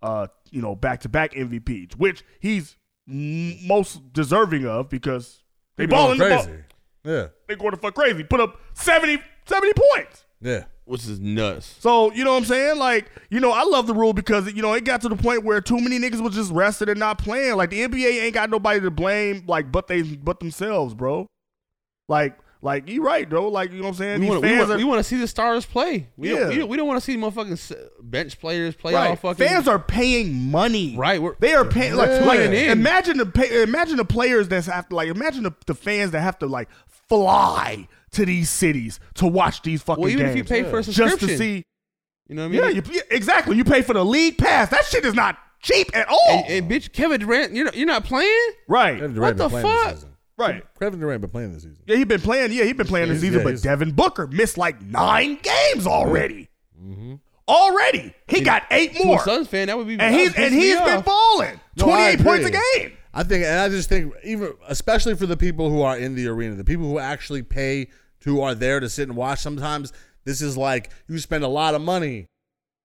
S2: uh, you know, back to back MVPs, which he's m- most deserving of because they
S4: People
S2: balling
S4: going
S2: the ball.
S4: crazy. Yeah,
S2: they going to fuck crazy. Put up 70, 70 points.
S4: yeah.
S3: Which is nuts.
S2: So, you know what I'm saying? Like, you know, I love the rule because, you know, it got to the point where too many niggas was just rested and not playing. Like, the NBA ain't got nobody to blame, like, but they, but themselves, bro. Like, like, you right, bro. Like, you know what I'm saying?
S3: We
S2: These
S3: want, we,
S2: fans
S3: want,
S2: are-
S3: we want to see the stars play. We
S2: Yeah.
S3: don't, we don't, we don't want to see motherfucking s- bench players play all
S2: Right.
S3: fucking.
S2: Fans are paying money.
S3: Right, we're-
S2: They are paying like,
S4: Yeah.
S2: like
S4: Tuning
S3: in.
S2: imagine the pay, imagine the players that's have to like imagine the, the fans that have to like fly to these cities to watch these fucking
S3: well, even
S2: games
S3: if you pay for a
S2: just
S3: subscription,
S2: to see
S3: you know what I mean?
S2: Yeah, you, yeah, exactly. You pay for the league pass. That shit is not cheap at all.
S3: and, and bitch, Kevin Durant, you're not, you're not playing.
S2: right,
S4: Kevin Durant
S3: the
S4: been playing this
S3: fuck?
S4: season.
S2: right.
S4: Kevin Durant been playing this season.
S2: Yeah, he been playing. Yeah, he been playing this
S4: He's-
S2: season.
S4: yeah,
S2: but
S4: he's-
S2: Devin Booker missed like nine games already.
S4: Mm-hmm.
S2: Already, he got eight
S3: To
S2: more,
S3: a Suns fan, that would be
S2: and
S3: that
S2: he's
S3: would piss
S2: and
S3: me
S2: he's been
S3: off.
S2: balling.
S4: No, I
S2: Twenty-eight points a
S4: agree.
S2: game.
S4: I think, and I just think, even especially for the people who are in the arena, the people who actually pay, who are there to sit and watch. Sometimes this is like you spend a lot of money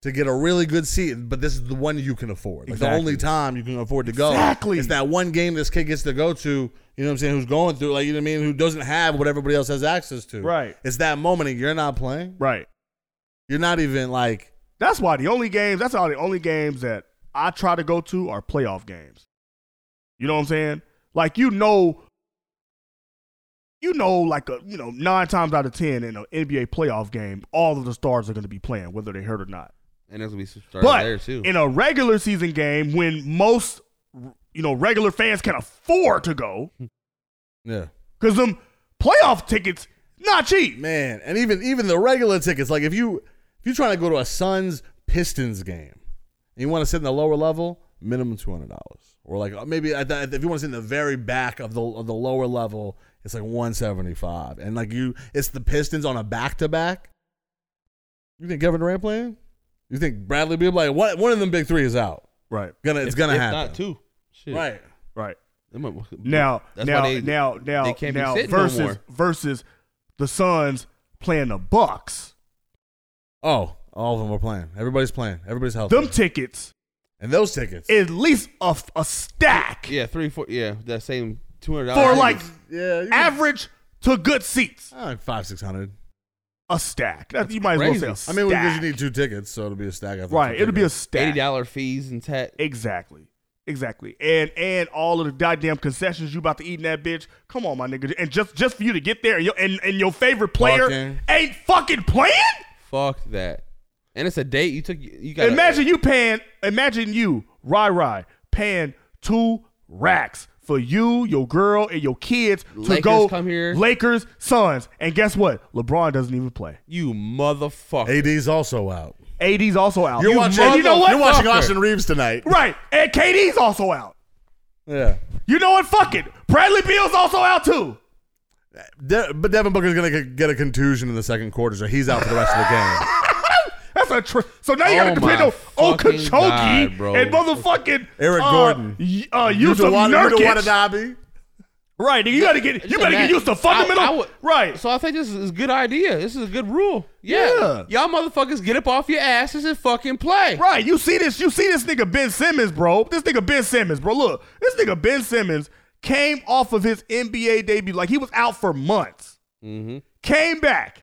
S4: to get a really good seat, but this is the one you can afford. Like the
S2: Exactly.
S4: only time you can afford to go.
S2: Exactly.
S4: it's that one game this kid gets to go to. You know what I'm saying? Who's going through? Like you know what I mean? Who doesn't have what everybody else has access to?
S2: Right.
S4: It's that moment, and you're not playing.
S2: Right.
S4: You're not even like
S2: That's why the only games, that's all the only games that I try to go to are playoff games. You know what I'm saying? Like you know you know, like a you know, nine times out of ten in an NBA playoff game, all of the stars are going to be playing, whether they hurt or not.
S3: and that's what we started
S2: But
S3: there too.
S2: in a regular season game, when most you know regular fans can afford to go,
S4: Yeah.
S2: because them playoff tickets not cheap.
S4: Man, and even even the regular tickets, like if you if you're trying to go to a Suns Pistons game and you want to sit in the lower level, minimum two hundred dollars, or like uh, maybe at the, if you want to sit in the very back of the of the lower level, it's like one seventy five, and like you, it's the Pistons on a back to back. You think Kevin Durant playing? You think Bradley Beal like one one of them big three is out?
S2: Right,
S4: Gonna it's gonna
S3: if
S4: happen,
S3: Not too. Shit.
S4: right?
S2: right.
S3: They might-
S2: Now,
S3: That's
S2: now,
S3: why they-
S2: now, now,
S3: they can't be
S2: now,
S3: sitting no
S2: versus
S3: more.
S2: versus the Suns playing the Bucks.
S4: Oh, all of them are playing. Everybody's playing. Everybody's healthy.
S2: Them tickets,
S4: and those tickets,
S2: at least a, f- a stack
S3: Yeah, three, four. Yeah, that same two hundred
S2: for
S3: dollars
S2: like
S4: yeah, you can-
S2: average to good seats.
S4: Ah, five six hundred.
S2: A stack. That, you might as well
S3: crazy.
S2: say.
S4: I
S2: A
S4: mean,
S2: stack.
S4: because you need two tickets, so it'll be a stack. After
S2: right.
S4: two
S2: It'll be a
S4: tickets.
S2: stack.
S3: eighty dollar fees and tax.
S2: Exactly. Exactly. And and all of the goddamn concessions you about to eat in that bitch. Come on, my nigga. And just just for you to get there and your and, and your favorite player
S4: Fucking.
S2: ain't fucking playing?
S3: Fuck that. And it's a date. You took. You got.
S2: Imagine you paying imagine you, Rai Rai, paying two racks for you, your girl, and your kids to
S3: Lakers
S2: go
S3: come here.
S2: Lakers, Suns. And guess what? LeBron doesn't even play.
S3: You motherfucker.
S4: AD's also out.
S2: AD's also out.
S4: You're
S2: You
S4: watching.
S2: mother- you know what?
S4: You're watching
S2: Fuck her.
S4: Austin Reeves tonight.
S2: Right. And KD's also out.
S4: Yeah.
S2: You know what? Fuck it. Bradley Beal's also out too.
S4: De- but Devin Booker's gonna get- get a contusion in the second quarter, so he's out for the rest of the game.
S2: That's a tr- so now you
S3: Oh
S2: gotta depend
S3: my
S2: on
S3: fucking
S2: Okeechobee
S3: God, bro.
S2: and motherfucking
S4: Eric
S2: uh,
S4: Gordon.
S2: y- Uh, Yusuf
S4: Udowa-
S2: Nurkic.
S4: Udowadanabe.
S2: Right, nigga, you gotta get you
S3: Just
S2: better get
S3: imagine-
S2: used to fundamental.
S3: I- I would-
S2: right,
S3: So I think this is a good idea. This is a good rule. Yeah. Y'all motherfuckers get up off your asses and fucking play.
S2: right. You see this? You see this nigga Ben Simmons, bro? This nigga Ben Simmons, bro. Look, this nigga Ben Simmons came off of his NBA debut like he was out for months.
S3: Mm-hmm.
S2: Came back,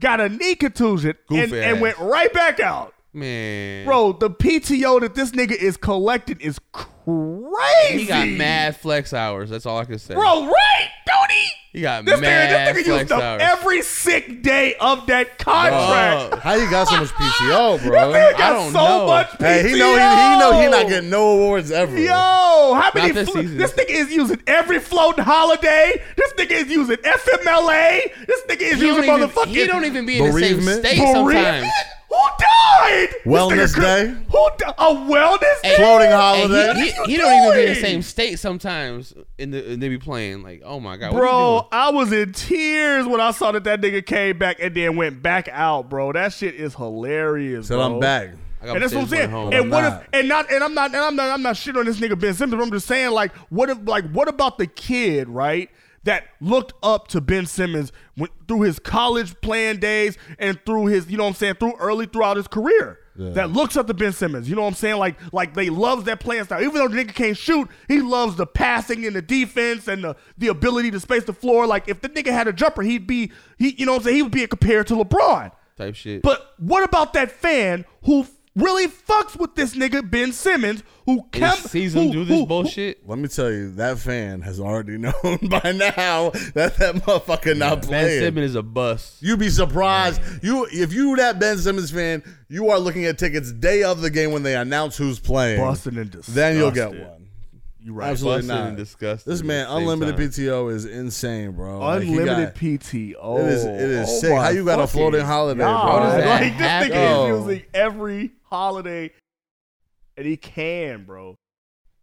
S2: got a knee contusion, and,
S3: Goofy
S2: and
S3: ass.
S2: went right back out.
S3: Man.
S2: Bro, the PTO that this nigga is collecting is crazy.
S3: He got mad flex hours. That's all I can say.
S2: Bro, right? Don't he?
S3: He got
S2: This
S3: mad
S2: nigga, this nigga
S3: flex
S2: used up
S3: hours.
S2: every sick day of that contract.
S3: Bro.
S4: How you got so much PTO,
S2: That
S4: bro?
S2: man
S3: I
S2: got
S3: don't
S2: so
S3: know.
S2: much
S4: Hey, he know he, he know he not getting no awards ever.
S2: Yo, how many?
S3: Not this
S2: fl-
S3: season.
S2: this nigga is using every floating holiday. This nigga is using FMLA. This nigga is
S3: He
S2: using
S3: don't, even,
S2: motherfucking.
S3: he don't even be in the same
S4: Bereavement.
S3: state
S2: bereavement?
S3: sometimes.
S2: Who died? This
S4: Wellness
S2: nigga could-
S4: day?
S2: Who di- a wellness
S3: Hey,
S2: day?
S4: Floating
S3: And
S4: holiday.
S3: he,
S2: What are
S3: he, he
S2: you
S3: don't even be in the
S2: doing?
S3: same state sometimes, and the, and they be playing like, oh my god, what are you
S2: Bro, I was in tears when I saw that that nigga came back and then went back out, bro. That shit is hilarious.
S4: Said
S2: bro.
S4: I'm back.
S3: doing? I
S2: And that's what I'm saying.
S3: And
S2: And what
S4: not.
S2: if and not and I'm not and I'm not I'm not shit on this nigga Ben Simmons. but I'm just saying like what if like what about the kid right that looked up to Ben Simmons went through his college playing days and through his you know what I'm saying through early throughout his career. That looks up to Ben Simmons. You know what I'm saying? Like, like they loves that playing style. Even though the nigga can't shoot, he loves the passing and the defense and the, the ability to space the floor. Like, if the nigga had a jumper, he'd be he. You know what I'm saying? He would be compared to LeBron.
S3: type shit.
S2: But what about that fan who f- really fucks with this nigga Ben Simmons who
S3: And
S2: come
S3: sees them
S2: who-
S3: do this
S2: who-
S3: bullshit.
S4: Let me tell you, that fan has already known by now that that motherfucker not
S3: Ben
S4: playing.
S3: Simmons is a bust.
S4: You'd be surprised. You if you that Ben Simmons fan, you are looking at tickets day of the game when they announce who's playing.
S2: who Busted and disgusted.
S4: Then you'll get one.
S2: You right.
S4: Absolutely
S3: Busted
S4: not.
S3: and disgusted
S4: This
S3: at
S4: man,
S3: the same
S4: unlimited
S3: time.
S4: PTO is insane, bro. Like, he
S2: Unlimited
S4: got-
S2: PTO.
S4: It is. It is
S2: Oh
S4: sick. How
S2: my
S4: you got a
S2: fucking
S4: floating holiday,
S2: God.
S4: bro?
S3: How does that
S2: Like this
S3: happen?
S2: nigga
S4: Oh.
S2: is using every holiday, and he can, bro.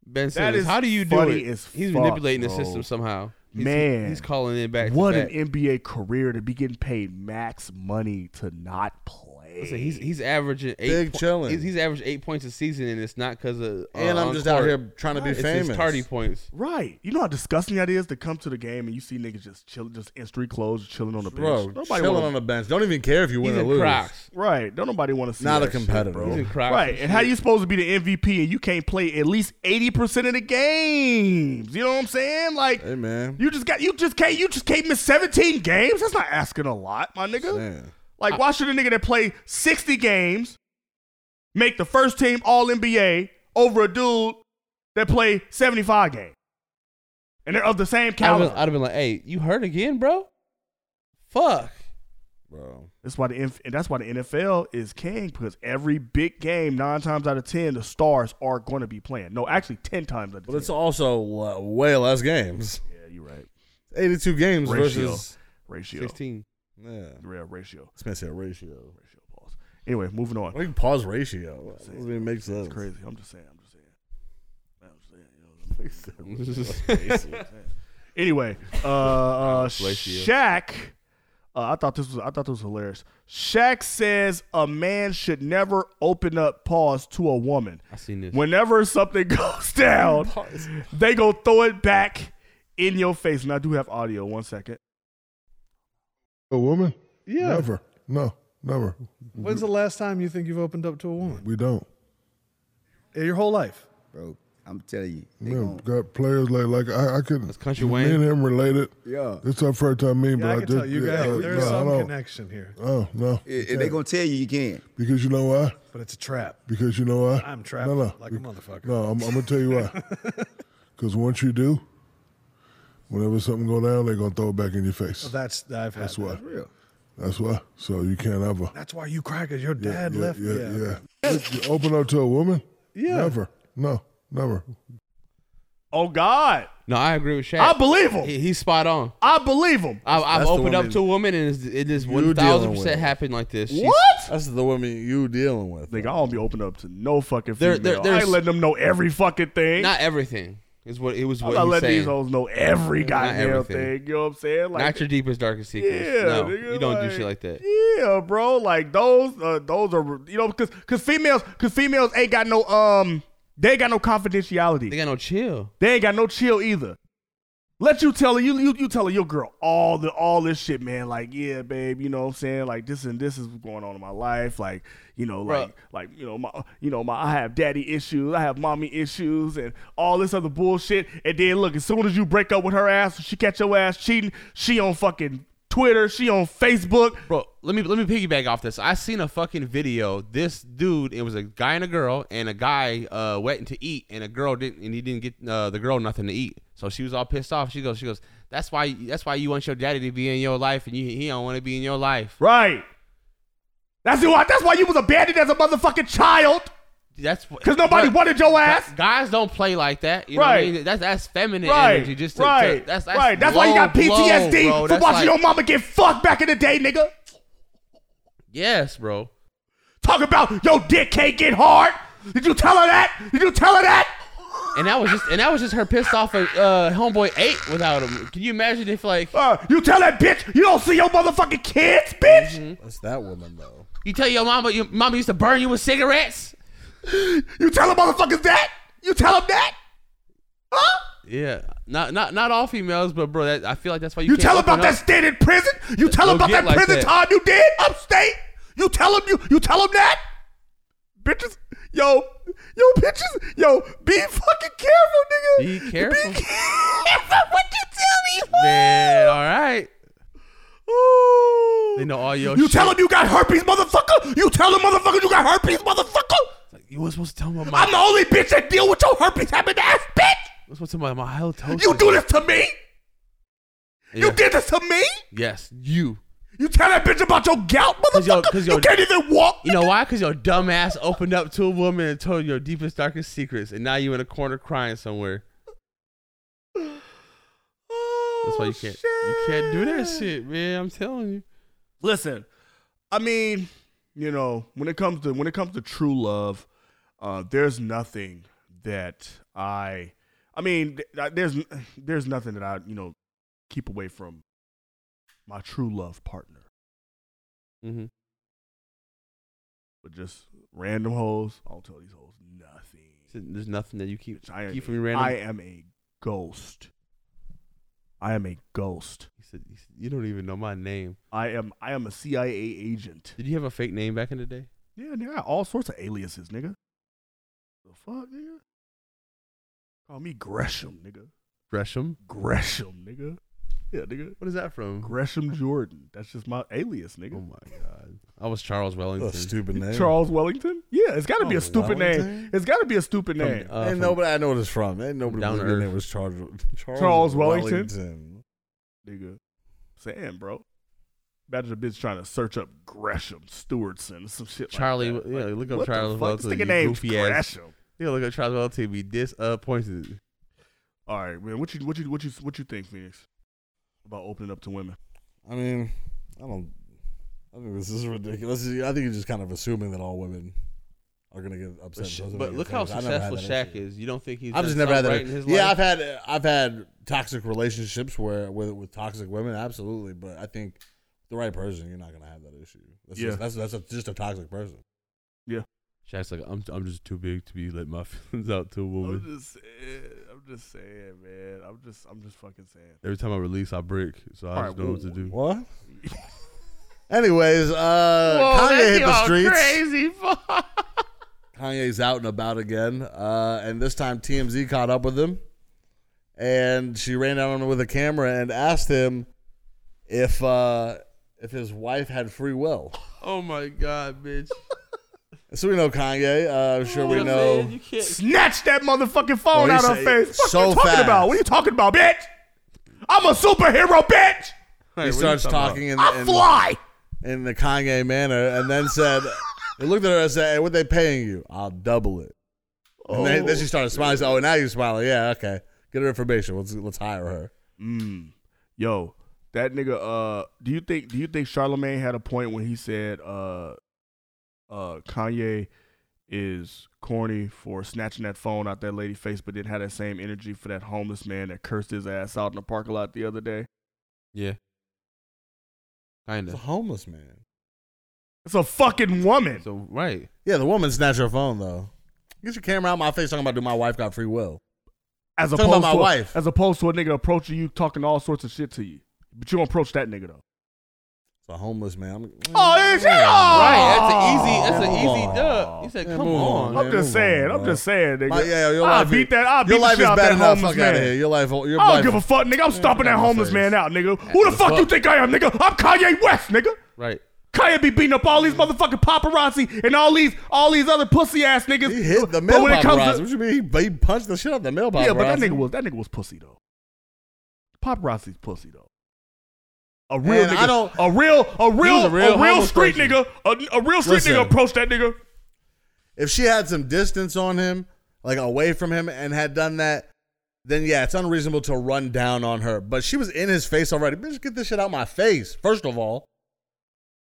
S3: Ben
S2: That
S3: Simmons,
S2: is
S3: how do you do
S2: funny
S3: it?
S2: as
S3: he's
S2: fuck,
S3: manipulating
S2: bro.
S3: the system somehow. He's,
S2: Man.
S3: he's calling it back. to
S2: What
S3: back.
S2: an NBA career to be getting paid max money to not play.
S3: Listen, he's he's averaging eight.
S4: Big chillin'.
S3: He's, he's averaging eight points a season, and it's not because of. Uh,
S4: and I'm
S3: on
S4: just out
S3: court.
S4: here trying to be
S3: It's
S4: famous.
S3: his tardy points.
S2: Right. You know how disgusting that is to come to the game and you see niggas just chilling, just in street clothes, chilling on the bench.
S4: bro.
S2: nobody
S4: chilling
S2: wanna,
S4: on the bench. Don't even care if you
S3: He's
S4: win or
S3: in
S4: lose.
S3: Crocs.
S2: Right. Don't nobody want to see
S4: Not
S2: that
S4: a
S2: shit,
S4: competitor.
S2: bro.
S3: He's in Crocs.
S2: Right. And how
S3: shit.
S2: you supposed to be the MVP and you can't play at least 80% of the games? You know what I'm saying? Like
S4: Hey man.
S2: you just got you just can't you just can't miss 17 games? That's not asking a lot, my nigga.
S4: Man.
S2: Like why should a nigga that play 60 games make the first team all NBA over a dude that played 75 games? and they're of the same
S3: I'd have,
S2: caliber.
S3: been, I'd have been like, "Hey, you hurt again, bro? Fuck."
S4: bro.
S2: That's why the N- and that's why the NFL is king because every big game, nine times out of ten, the stars are going to be playing. No, actually, ten times out of
S4: But it's
S2: ten.
S4: also uh, way less games.
S2: yeah, you're right.
S4: 82 games
S2: Ratio.
S4: versus.
S2: Ratio,
S3: Sixteen.
S4: Yeah.
S2: real ratio,
S4: It's going to say a ratio.
S2: ratio balls. Anyway, moving on.
S4: Why do you pause ratio? That doesn't even make sense.
S2: It's crazy. I'm just saying. I'm just saying. I'm just saying. you know what I'm saying. Anyway, uh, uh, Shaq. Uh, I thought this was I thought this was hilarious. Shaq says a man should never open up paws to a woman.
S3: I seen this.
S2: Whenever something goes down, they go throw it back in your face. And I do have audio. One second.
S5: A woman?
S6: Yeah.
S5: Never. No, never.
S6: When's the last time you think you've opened up to a woman?
S5: We don't.
S6: In your whole life.
S7: bro. I'm telling you, they
S5: Man,
S7: gon'
S5: got players like like I, I could.
S3: That's Country
S5: me
S3: Wayne.
S5: and him related.
S7: Yeah.
S5: It's our first time meeting,
S6: Yeah,
S5: but
S6: I
S5: I,
S6: can
S5: did.
S6: tell you
S5: yeah,
S6: guys,
S5: I-
S6: there's
S5: no, I
S6: some
S5: don't.
S6: connection here,
S5: Oh no.
S7: i- i- they gonna tell you you can.
S5: Because you know why?
S6: but it's a trap.
S5: Because you know why?
S6: I'm trapped
S5: No, no.
S6: like a motherfucker.
S5: No, I'm, I'm gonna tell you why. Because once you do, whenever something go down, they're gonna throw it back in your face.
S6: That's I've had
S5: That's why.
S6: that.
S5: That's why. So you can't ever.
S6: That's why you cry because your dad
S5: yeah,
S6: left.
S5: Yeah,
S6: you.
S5: yeah. You open up to a woman?
S6: Yeah.
S5: Never. No, never.
S2: Oh God,
S3: No, I agree with Shaq.
S2: I believe him.
S3: He- he's spot on.
S2: I believe him.
S3: I, I've
S4: That's the
S3: opened up
S4: woman
S3: to a woman, and it's- it is
S4: you
S3: one thousand
S4: dealing with.
S3: percent happened like this. She's-
S2: What?
S4: That's the woman you dealing with.
S2: Nigga, I don't be open up to no fucking
S3: There-
S2: female.
S3: there-
S2: I
S3: there's-
S2: ain't letting them know every fucking thing.
S3: Not everything is what it was.
S2: I'm
S3: What
S2: not
S3: he's
S2: letting
S3: saying.
S2: these hoes know every goddamn
S3: everything.
S2: thing. You know what I'm saying? Like,
S3: Not your deepest, darkest secrets.
S2: yeah,
S3: no,
S2: nigga,
S3: you don't
S2: like,
S3: do shit like that.
S2: Yeah, bro. Like those, uh, those are you know because because females because females ain't got no um they ain't got no confidentiality.
S3: They got no chill.
S2: They ain't got no chill either. Let you tell her, you, you you telling your girl all the all this shit, man. Like, yeah, babe, you know what I'm saying? Like this and this is what's going on in my life. Like, you know,
S3: Bruh.
S2: like like you know, my you know, my I have daddy issues, I have mommy issues and all this other bullshit. And then look, as soon as you break up with her ass, she catch your ass cheating, she on fucking Twitter, she on Facebook.
S3: Bro, let me let me piggyback off this. I seen a fucking video. This dude, it was a guy and a girl, and a guy uh, went to eat, and a girl didn't, and he didn't get uh, the girl nothing to eat. So she was all pissed off. She goes, she goes, that's why that's why you want your daddy to be in your life, and you, he don't want to be in your life.
S2: Right. That's why that's why you was abandoned as a motherfucking child.
S3: That's what-
S2: Cause nobody
S3: Bruh,
S2: wanted your ass.
S3: gu- Guys don't play like that. You know what I
S2: Right.
S3: mean? That's that's feminine
S2: right,
S3: energy. Just to, to-
S2: right,
S3: that's, that's
S2: right. That's why you
S3: low
S2: got PTSD
S3: blow, bro.
S2: from
S3: That's
S2: watching
S3: like-
S2: your mama get fucked back in the day, nigga.
S3: Yes, bro.
S2: Talk about your dick can't get hard. Did you tell her that? Did you tell her that?
S3: And that was just and that was just her pissed off at uh, homeboy eight without him. Can you imagine if like
S2: Uh, you tell that bitch you don't see your motherfucking kids, bitch.
S3: Mm-hmm.
S4: That's that woman though.
S3: you tell your mama your mama used to burn you with cigarettes?
S2: You tell the motherfuckers that? You tell them that? Huh?
S3: Yeah, not not not all females, but bro, that, I feel like that's why you.
S2: You
S3: can't
S2: tell
S3: open
S2: about that
S3: up.
S2: stint in prison. You tell
S3: They'll
S2: about
S3: get
S2: that
S3: like
S2: prison
S3: that.
S2: time you did upstate. You tell them you you tell them that. Bitches, yo, yo, bitches, yo, be fucking careful, nigga.
S3: Be careful.
S2: Be careful what you tell me.
S3: Man, all right.
S2: Ooh.
S3: They know all your.
S2: You
S3: shit.
S2: tell them you got herpes, motherfucker. You tell them, motherfucker, you got herpes, motherfucker.
S3: You was supposed to tell my mom.
S2: I'm the only bitch that deal with your herpes having ass, bitch.
S3: You was supposed to tell my my halitosis.
S2: You do this to me.
S3: Yeah.
S2: You did this to me.
S3: Yes, you.
S2: You tell that bitch about your gout, motherfucker.
S3: 'Cause yo- 'cause yo-
S2: you can't even walk.
S3: You know why? Because your dumb ass opened up to a woman and told your deepest, darkest secrets, and now you in a corner crying somewhere. That's
S2: Oh,
S3: why you can't. You can't do that shit, man. I'm telling you.
S2: Listen, I mean, you know, when it comes to when it comes to true love, uh, there's nothing that I, I mean, th- there's there's nothing that I you know keep away from my true love partner.
S3: Mm-hmm.
S2: But just random hoes, I don't tell these hoes nothing.
S3: There's nothing that you keep
S2: I,
S3: keep from your random.
S2: I am a ghost. I am a ghost.
S3: he, said, he said, "You don't even know my name.
S2: I am I am a CIA agent.
S3: Did you have a fake name back in the day?
S2: Yeah, nigga, I got all sorts of aliases, nigga. The fuck, nigga? Call me Gresham, nigga.
S3: Gresham.
S2: Gresham, nigga. Yeah, nigga.
S3: What is that from?
S2: Gresham Jordan. That's just my alias,
S3: Oh
S2: nigga.
S3: my god. Wellington. I was Charles Wellington.
S4: What a stupid name.
S2: Charles Wellington? Yeah, it's got
S3: Oh,
S2: to be a
S4: Charles
S2: stupid name.
S4: Wellington?
S2: It's got to be a stupid name.
S3: Uh,
S4: Ain't
S3: from-
S4: nobody I know what it's from. Ain't nobody
S3: Down
S4: believed
S3: to
S4: it
S3: Earth.
S4: was Charles Charles,
S2: Charles Wellington? nigga. Sam, bro. Imagine a bitch trying to search up Gresham Stewartson, some shit.
S3: Charlie,
S2: like that.
S3: yeah,
S2: Like,
S3: look up
S2: what the
S3: Charles
S2: fuck?
S3: Wellington,
S2: This nigga
S3: you
S2: name's
S3: goofy ass.
S2: Gresham.
S3: Yeah, look at Charles Wellington be disappointed.
S2: All right, man. What you what you what you what you think, Phoenix? About opening up to women?
S4: I mean, I don't. I think this is ridiculous. I think you're just kind of assuming that all women are gonna get upset. if those
S3: But
S4: women
S3: look
S4: get
S3: how
S4: famous. I never had
S3: successful
S4: that
S3: Shaq
S4: issue.
S3: is. You don't think he's done
S4: I've just never had
S3: something
S4: that.
S3: right in his
S4: yeah,
S3: life?
S4: I've had I've had toxic relationships where with with toxic women, absolutely. But I think the right person, you're not gonna have that issue. That's
S2: Yeah.
S4: just, that's that's a, just a toxic person.
S3: Shaq's like, I'm, I'm just too big to be let my feelings out to a woman.
S2: just saying, I'm just saying, man. I'm just I'm just fucking saying.
S3: Every time I release, I break. So I
S2: All
S3: just
S2: right,
S3: know what to
S2: whoa,
S3: do.
S4: What? Anyways, uh, Kanye hit the streets. Kanye's out and about again, uh, and this time TMZ caught up with him, and she ran down on him with a camera and asked him if uh, if his wife had free will.
S3: Oh my god, bitch!
S4: So we know Kanye. Uh, I'm sure we
S3: You
S4: know.
S3: man, you can't.
S2: Snatch that motherfucking phone
S4: Oh,
S2: out
S4: he
S2: of
S4: said-
S2: her face. What
S4: so
S2: you talking
S4: fast.
S2: about? What are you talking about, bitch? I'm a superhero, bitch.
S3: Hey,
S4: He
S3: what
S4: starts
S3: you talking about?
S4: talking in,
S2: I
S4: in,
S2: fly.
S4: in the Kanye manner, and then said, "They looked at her and said, hey, what they paying you? I'll double it." And then, then she started smiling. Said, oh, now you're smiling. Yeah, okay. Get her information. Let's let's hire her.
S2: Mm. Yo, that nigga. Uh, do you think do you think Charlemagne had a point when he said, uh, uh, Kanye is corny for snatching that phone out that lady face, but didn't have that same energy for that homeless man that cursed his ass out in the parking lot the other day?
S3: Yeah, kind
S4: It's a
S3: of.
S4: homeless man.
S2: It's a fucking woman.
S3: So right,
S4: Yeah, the woman snatched her phone though. Get your camera out my face talking about do my wife got free will.
S2: As
S4: Talking
S2: opposed
S4: about my
S2: to a-
S4: wife.
S2: as opposed to a nigga approaching you talking all sorts of shit to you, but you don't approach that nigga though.
S4: It's a homeless man. I'm,
S2: Oh, it's-
S3: right. That's an easy. That's an
S2: Aw.
S3: easy dub. He said,
S4: Yeah,
S3: "Come
S4: move
S3: on."
S2: I'm
S4: man,
S2: just
S4: move on,
S2: saying. I'm
S4: bro.
S2: just saying, nigga.
S4: My- yeah, your
S2: I
S4: life
S2: beat
S4: is-
S2: that. I beat
S4: your
S2: the
S4: life
S2: shit
S4: is
S2: out
S4: bad
S2: that
S4: enough.
S2: homeless
S4: Fuck out of
S2: man.
S4: here. Your life. Your
S2: I
S4: life-
S2: don't give a fuck, nigga. I'm stomping that
S4: in my
S2: homeless
S4: face.
S2: man out, nigga. Who the fuck, you think I am, nigga? I'm Kanye West, nigga.
S3: Right.
S2: Kanye be beating up all these
S4: Mm.
S2: motherfucking paparazzi and all these all these other pussy ass niggas.
S4: He hit the
S2: But
S4: mail
S2: when it comes
S4: paparazzi.
S2: to-
S4: What you mean? He, he punched the shit out the mail paparazzi.
S2: yeah, but that nigga was that nigga was pussy though. Paparazzi's pussy though. A real
S4: And
S2: nigga,
S4: I don't-
S2: a real, a real,
S4: a
S2: a
S4: real
S2: real,
S4: homeless
S2: street
S4: person.
S2: nigga, a, a real street
S4: Listen.
S2: nigga approached that nigga.
S4: If she had some distance on him, like away from him, and had done that, then yeah, it's unreasonable to run down on her. But she was in his face already. Bitch, get this shit out my face. First of all,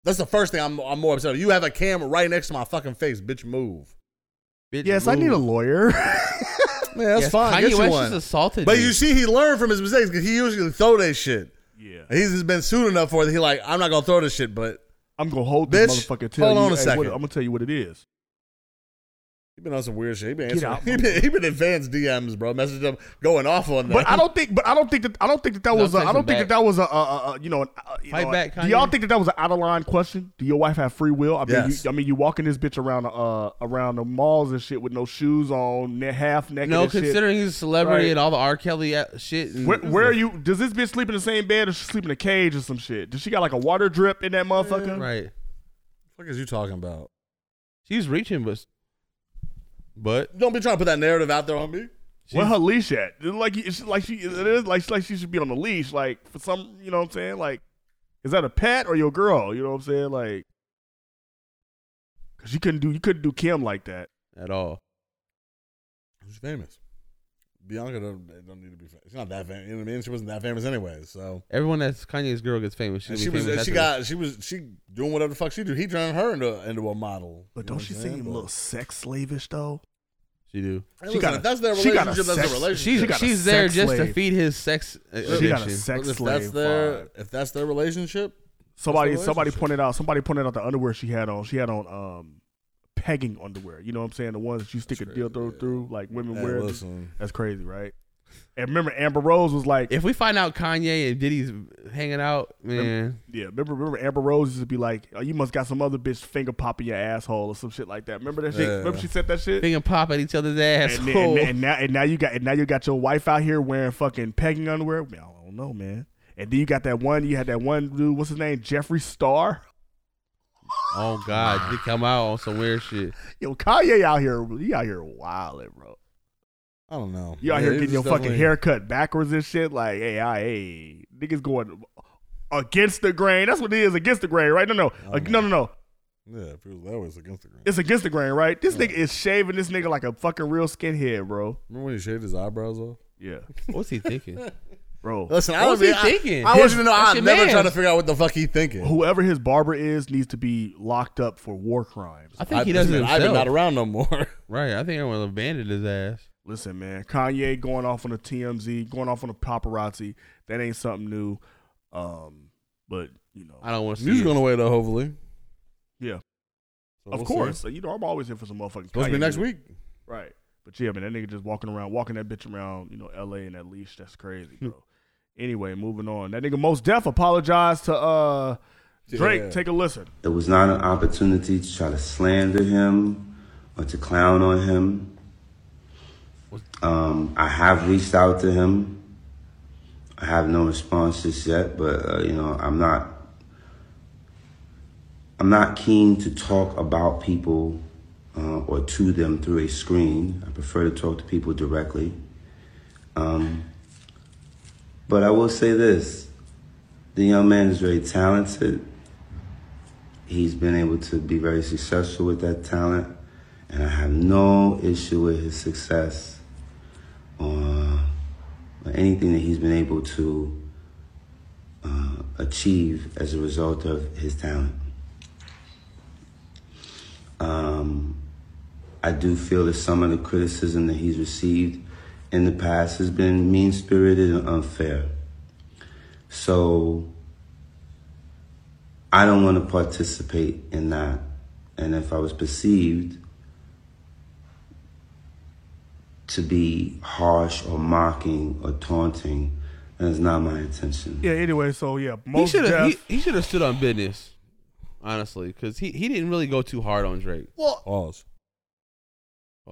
S4: that's the first thing I'm, I'm more upset. About. You have a camera right next to my fucking face. Bitch, move.
S3: Bitch, move.
S2: lawyer.
S4: Man, that's
S3: Yes,
S4: fine.
S3: Kanye
S4: Get you
S3: West
S4: one.
S3: just assaulted.
S4: But
S3: me.
S4: you see, he learned from his mistakes because he usually throw that shit.
S2: yeah,
S4: He's just been sued enough for it. He like, I'm not gonna throw this shit, but
S2: I'm gonna hold this
S4: Bitch,
S2: motherfucker. Till
S4: hold
S2: you,
S4: on
S2: hey,
S4: a
S2: what-
S4: second.
S2: I'm gonna tell you what it is.
S4: he been on some weird shit. He been
S2: Get
S4: answering,
S2: out,
S4: he been, he been advanced DMs, bro. Messaged them going off on them.
S2: But I don't think. But I don't think that. I don't think that that
S3: No,
S2: was. A,
S3: take
S2: I don't
S3: him
S2: think that
S3: back.
S2: that was a. a, a, a you know. An, uh, you
S3: Fight
S2: know,
S3: back,
S2: Do y'all
S3: Kanye.
S2: think that that was an out of line question? Do your wife have free will? I mean,
S4: Yes.
S2: you, I mean, you walking this bitch around uh around the malls and shit with no shoes on, ne- half naked.
S3: No,
S2: and shit.
S3: considering he's a celebrity
S2: Right.
S3: and all the R. Kelly uh, shit. And
S2: Where, where are you? Does this bitch sleep in the same bed or she sleep in a cage or some shit? Does she got like a water drip in that motherfucker?
S3: Right.
S4: fuck is you talking about?
S3: She's reaching, but but
S4: Don't be trying to put that narrative out there on me.
S2: Where her leash at? It's Like it's like she it is like like she should be on the leash. Like for some, you know what I'm saying? Like, is that a pet or your girl? You know what I'm saying? Like, cause you couldn't do you couldn't do Kim like that.
S3: at all.
S4: She's famous. Bianca don't, don't need to be. Famous. She's not that famous. You know what I mean? She wasn't that famous anyway. So
S3: Everyone that's Kanye's girl gets famous.
S4: and
S3: gonna
S4: she
S3: be
S4: was. uh,
S3: famous
S4: She
S3: after
S4: got. She was. She doing whatever the fuck she do. He turned her into into a model.
S2: But
S4: You know
S2: don't
S4: what
S2: she
S4: I'm saying?
S2: seem a
S4: But-
S2: little sex slavish though?
S3: this. She do.
S2: she
S4: Hey, listen,
S2: got a-
S4: if that's their
S2: she got a
S4: relationship. That's
S2: sex-
S4: their
S3: She's
S4: relationship.
S2: got a
S3: she's there
S2: sex
S3: just to
S2: slave.
S3: feed his sex uh,
S2: She got a
S3: addiction.
S2: sex
S4: if
S2: slave.
S4: that's their
S2: vibe.
S4: if that's their relationship,
S2: Somebody
S4: That's the
S2: somebody
S4: relationship.
S2: pointed out somebody pointed out the underwear she had on. She had on um pegging underwear. You know what I'm saying? The ones that you stick a
S4: crazy,
S2: dildo
S4: yeah.
S2: through, like women
S4: Hey,
S2: wear.
S4: listen.
S2: That's crazy, right? And remember, Amber Rose was like,
S3: If we find out Kanye and Diddy's hanging out, man,
S2: Yeah, remember, remember Amber Rose used to be like, oh, "You must got some other bitch finger popping your asshole or some shit like that." Remember that shit?
S4: Yeah.
S2: Remember she said that shit.
S3: big and pop at each other's ass.
S2: And, then- and, then- and now, and now you got, and now you got your wife out here wearing fucking pegging underwear. Man, I don't know, man. And then you got that one. You had that one dude. What's his name? Jeffree Star.
S3: Oh God, they come out on some weird shit.
S2: Yo, Kanye out here, you out here wilding, bro.
S4: I don't know.
S2: You out
S4: Yeah,
S2: here
S4: it
S2: getting
S4: was
S2: your fucking
S4: definitely-
S2: haircut backwards and shit. Like, hey, I, hey, niggas going against the grain. That's what it is, against the grain, right? No, no, Uh, no, no, no.
S4: Yeah, if it was that way, it's against the grain.
S2: It's against the grain, right? This nigga is shaving this nigga like a fucking real skinhead, bro.
S4: Remember when he shaved his eyebrows off?
S2: Yeah,
S3: What's he thinking?
S2: bro.
S4: Listen, I
S3: What was
S4: don't
S3: he
S4: think-
S3: thinking?
S4: I, I want you to know.
S3: That's
S4: I'm
S3: your
S4: never
S3: mans.
S4: trying to figure out what the fuck he thinking.
S2: Whoever his barber is needs to be locked up for war crimes.
S3: I think he does it
S4: I've been
S3: himself.
S4: not around no more.
S3: Right. I think everyone abandoned his ass.
S2: Listen, man, Kanye going off on a TMZ, going off on a paparazzi. That ain't something new. Um, but you know,
S3: I don't want to see.
S4: He's
S3: it.
S4: gonna wait though, hopefully.
S2: Yeah.
S4: So
S2: of
S4: we'll see.
S2: course, you know, I'm always here for some motherfucking.
S4: Supposed to be
S2: Kanye
S4: next
S2: music.
S4: week.
S2: right? But yeah, man, that nigga just walking around, walking that bitch around, you know, L.A. and that leash. That's crazy, bro. anyway, moving on. That nigga most deaf apologized to uh Drake.
S4: Yeah.
S2: Take a listen.
S8: It was not an opportunity to try to slander him or to clown on him. Um, I have reached out to him. I have no response just yet, but uh, you know, I'm not. I'm not keen to talk about people uh, or to them through a screen. I prefer to talk to people directly. Um, but I will say this: the young man is very talented he's been able to be very successful with that talent, and I have no issue with his success or, or anything that he's been able to uh, achieve as a result of his talent. Um, I do feel that some of the criticism that he's received in the past has been mean spirited and unfair. So, I don't want to participate in that. And if I was perceived to be harsh or mocking or taunting, that is not my intention.
S2: Yeah. Anyway, so yeah,
S3: He
S2: most
S3: should have.
S2: deaf.
S3: He, he should have stood on business. Honestly, because he, he didn't really go too hard on Drake.
S2: well,
S4: Pause.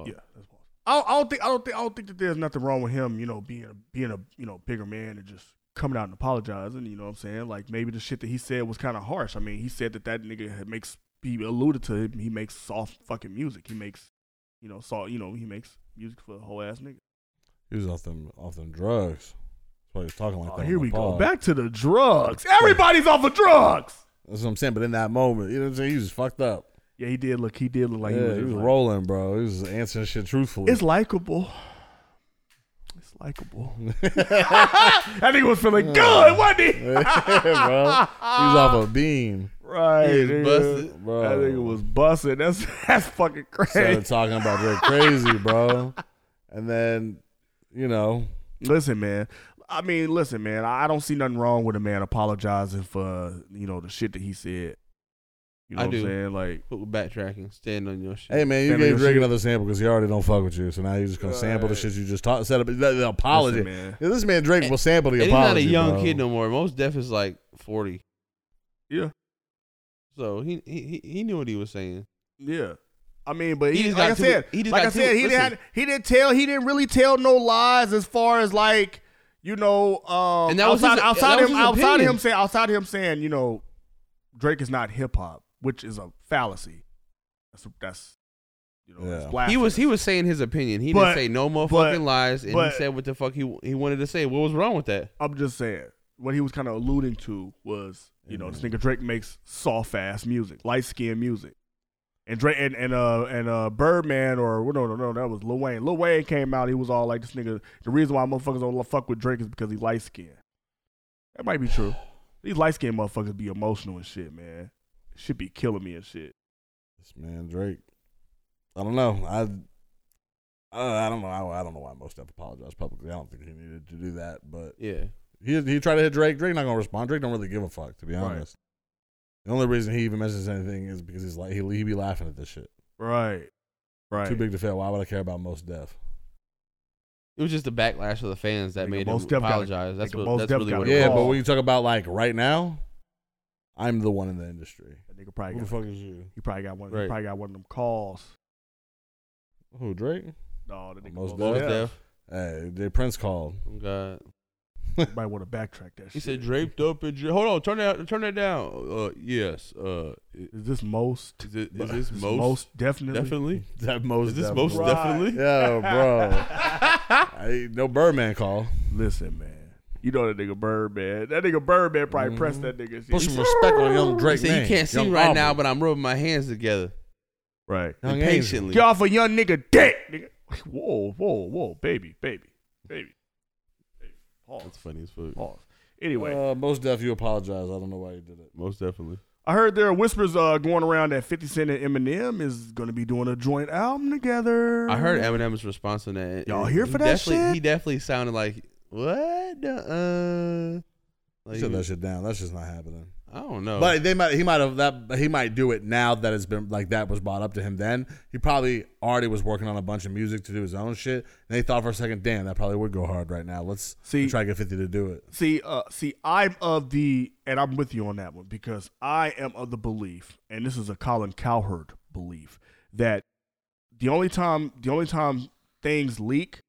S2: Yeah, that's possible. I don't, I don't think I don't think I don't think that there's nothing wrong with him, you know, being a being a you know bigger man and just coming out and apologizing. You know what I'm saying? Like maybe the shit that he said was kind of harsh. I mean, he said that that nigga had makes he alluded to him. He makes soft fucking music. He makes you know soft. You know he makes music for a whole ass nigga.
S4: He was off them off them drugs. That's why he was talking like
S2: Oh,
S4: that. on
S2: here
S4: the
S2: we go.
S4: pod.
S2: Back to the drugs. Everybody's off of drugs.
S4: That's what I'm saying. But in that moment, you know what I'm saying? He was fucked up.
S2: Yeah, he did look. He did look like
S4: yeah,
S2: he was,
S4: he
S2: just
S4: was
S2: like-
S4: rolling, bro. He was answering shit truthfully.
S2: It's likable. It's likable. that nigga was feeling good, wasn't he?
S4: Yeah, bro. He was off a beam.
S2: Right.
S3: He was
S2: nigga.
S3: busted,
S4: bro.
S2: That nigga was busted. That's that's fucking crazy.
S4: Started talking about Drake crazy, bro. And then, you know,
S2: listen, man. I mean, listen, man. I I don't see nothing wrong with a man apologizing for you know the shit that he said. You know
S3: I
S2: what
S3: do.
S2: I'm saying? Like,
S3: Quit with backtracking. Stand on your shit.
S4: hey man, you
S2: Stand on
S4: gave
S2: your
S4: Drake
S2: shit.
S4: another sample because he already don't fuck with you. So now you're just gonna sample the shit you just taught, set up. The, the apology,
S2: Listen, man.
S4: Yeah, this man Drake will sample the
S3: and he's not
S4: apology.
S3: a young
S4: bro.
S3: kid no more. Most deaf is like forty.
S2: Yeah.
S3: So he he he- he knew what he was saying.
S2: yeah. I mean, but
S3: He
S2: he,
S3: just
S2: like
S3: got
S2: I
S3: too-
S2: said,
S3: he just
S2: like
S3: got
S2: I said,
S3: too-
S2: he
S3: listen.
S2: didn't he didn't tell he didn't really tell no lies as far as like you know um
S3: And that was
S2: outside
S3: his-
S2: outside
S3: that was
S2: him
S3: his
S2: outside
S3: opinion.
S2: him saying outside him saying you know Drake is not hip hop, which is a fallacy. That's that's you know that's
S3: He was
S4: Yeah. He
S2: blasphemous.
S3: he was saying his opinion. He
S2: But-
S3: didn't say no more
S2: but-
S3: fucking lies, and
S2: but-
S3: he said what the fuck he he wanted to say. What was wrong with that?
S2: I'm just saying what he was kind of alluding to was you know this nigga Drake makes soft ass music, light skinned music, and Drake and and uh and uh Birdman or well, no no no that was Lil Wayne. Lil Wayne came out, he was all like this nigga. The reason why motherfuckers don't fuck with Drake is because he light skinned. That might be true. These light skinned motherfuckers be emotional and shit, man. Should be killing me and shit.
S4: This man Drake. I don't know. I I, I don't know. I, I don't know why most have apologized publicly. I don't think he needed to do that, but
S3: Yeah.
S4: he he tried to hit Drake. Drake not gonna respond. Drake don't really give a fuck, to be
S2: Right.
S4: honest. The only reason he even mentions anything is because he's like he he be laughing at this shit.
S2: Right, right.
S4: Too big to fail. Why would I care about most deaf?
S3: It was just the backlash of the fans that
S2: Nigga,
S3: made
S2: Mos
S3: him
S2: Def got a-
S3: apologize. That's
S2: nigga,
S3: what
S2: Mos
S3: that's
S2: Def
S3: really
S2: got
S3: what
S2: a
S3: it
S4: Yeah,
S3: was.
S4: but
S2: call.
S4: when you talk about like right now, I'm the one in the industry.
S2: That nigga probably
S4: Who the
S2: got,
S4: fuck is you?
S2: he probably got one.
S3: Right.
S2: He probably got one of them calls.
S4: Who Drake?
S3: Oh,
S2: No, that nigga Mos
S4: Most
S3: Mos
S4: Yeah.
S2: Def.
S3: Def.
S4: Hey, Jay Prince Uh, called.
S3: Oh, God.
S2: Everybody want to backtrack that
S3: He
S2: shit.
S3: said draped up in. Dra- Hold on, turn that turn that down. Uh, yes. Uh, i-
S2: Is this most?
S3: is, it, is this
S2: It's
S3: most,
S2: definitely?
S3: definitely?
S4: That most
S3: Is this
S4: devil.
S3: most definitely?
S4: Yo, bro. I, no Birdman call.
S2: Listen, man. You know that nigga Birdman. That nigga Birdman
S3: Mm-hmm.
S2: probably pressed that nigga.
S4: Put some respect on young
S3: He
S4: Drake.
S3: said
S4: name.
S3: you can't see
S4: Young
S3: me right
S4: Aubrey.
S3: now, but I'm rubbing my hands together
S2: right.
S4: Young Angel.
S3: patiently.
S2: Get off a young nigga dick, nigga. Whoa, whoa, whoa, baby, baby, baby. baby. Pause.
S3: That's funny as fuck.
S2: Pause. Anyway,
S4: Uh, most deaf, you apologize. I don't know why you did it.
S3: Most definitely.
S2: I heard there are whispers uh, going around that 50 Cent and Eminem is going to be doing a joint album together.
S3: I heard Eminem's response on that.
S2: Y'all here
S3: He
S2: for that
S3: definitely-
S2: shit?
S3: He definitely sounded like what? the, Uh, like,
S4: Shut that shit down. That's just not happening.
S3: I don't know.
S4: But they might. He might have that. He might do it now that it's been like that was brought up to him. Then he probably already was working on a bunch of music to do his own shit. And they thought for a second, damn, that probably would go hard right now. Let's
S2: See-
S4: try to get fifty to do it.
S2: See, uh, see, I'm of the, and I'm with you on that one because I am of the belief, and this is a Colin Cowherd belief that the only time, the only time things leak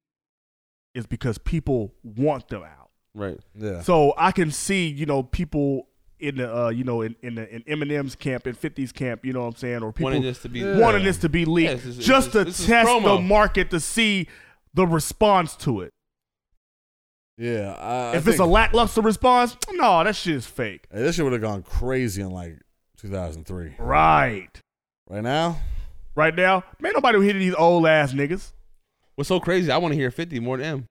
S2: is because people want them out.
S3: right.
S4: Yeah.
S2: So I can see, you know, people in the, uh, you know, in in, the, in Eminem's camp, in 50's camp, you know what I'm saying, or people
S3: Wanting this to be-
S2: wanting
S3: Yeah.
S2: this to be leaked,
S3: Yeah, this is-
S2: just
S3: this
S2: to
S3: is- this is
S2: test the
S3: promo.
S2: market to see the response to it.
S4: yeah. I, I
S2: if it's a
S4: think-
S2: lackluster response, no, that shit is fake.
S4: Hey, this shit would have gone crazy in like 2003.
S2: Right.
S4: Right now,
S2: Right now, man, nobody will hear these old ass niggas.
S3: What's so crazy? I want to hear 50 more than M.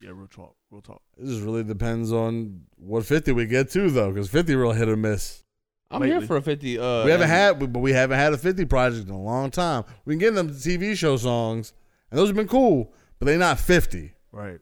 S2: Yeah, real talk, real talk.
S4: it just really depends on what 50 we get to though, because 50 real hit or miss.
S3: I'm
S2: Lately.
S3: here for a 50. Uh,
S4: we
S3: M.
S4: haven't had, but we haven't had a 50 project in a long time. We can get them TV show songs, and those have been cool, but they're not 50.
S2: Right.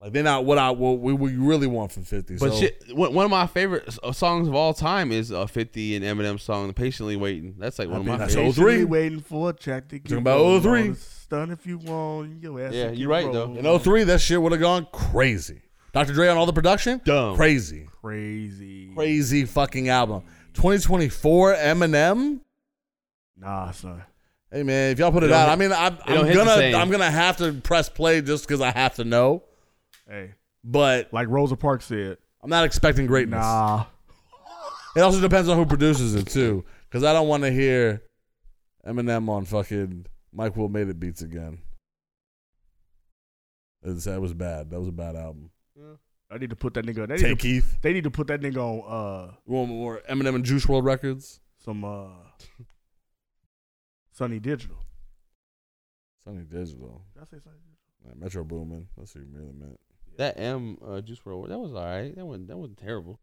S4: Like they're not what I what we, we really want from 50.
S3: But
S4: so,
S3: shit, one one of my favorite s- uh, songs of all time is uh, 50 and Eminem's song "Patiently Waiting." That's like one of
S2: I've
S3: my
S2: been
S4: that's
S3: favorites.
S4: old. 03.
S2: patiently waiting for a check to get
S4: Talking about
S2: rolling.
S4: 03.
S2: Stun if you want your ass.
S3: Yeah,
S2: to
S3: you
S2: get
S3: right, though.
S2: rolling.
S4: in 03, that shit would have gone crazy. Dr. Dre on all the production,
S3: Dumb.
S4: crazy,
S2: Crazy.
S4: crazy fucking album. 2024 Eminem.
S2: Nah, son.
S4: Hey man, if y'all put it,
S3: don't
S4: out,
S3: hit-
S4: I mean, I'm,
S3: don't
S4: I'm
S3: hit the
S4: gonna
S3: same.
S4: I'm gonna have to press play just because I have to know.
S2: Hey,
S4: But
S2: like Rosa Parks said.
S4: I'm not expecting greatness.
S2: Nah.
S4: It also depends on who produces it too, because I don't want to hear Eminem on fucking Mike Will Made It beats again. It's- that was bad. That was a bad album.
S2: I need to put that nigga. They
S4: Take
S2: need, to,
S4: Keith.
S2: they need to put that nigga on uh
S4: You want more Eminem and Juice World records?
S2: some uh Sunny Digital.
S4: Sunny Digital,
S2: Did I say Sunny Digital?
S4: Like, Metro Boomin. That's what you really meant.
S3: That M uh, Juice World. That was all right. That wasn't. That wasn't terrible.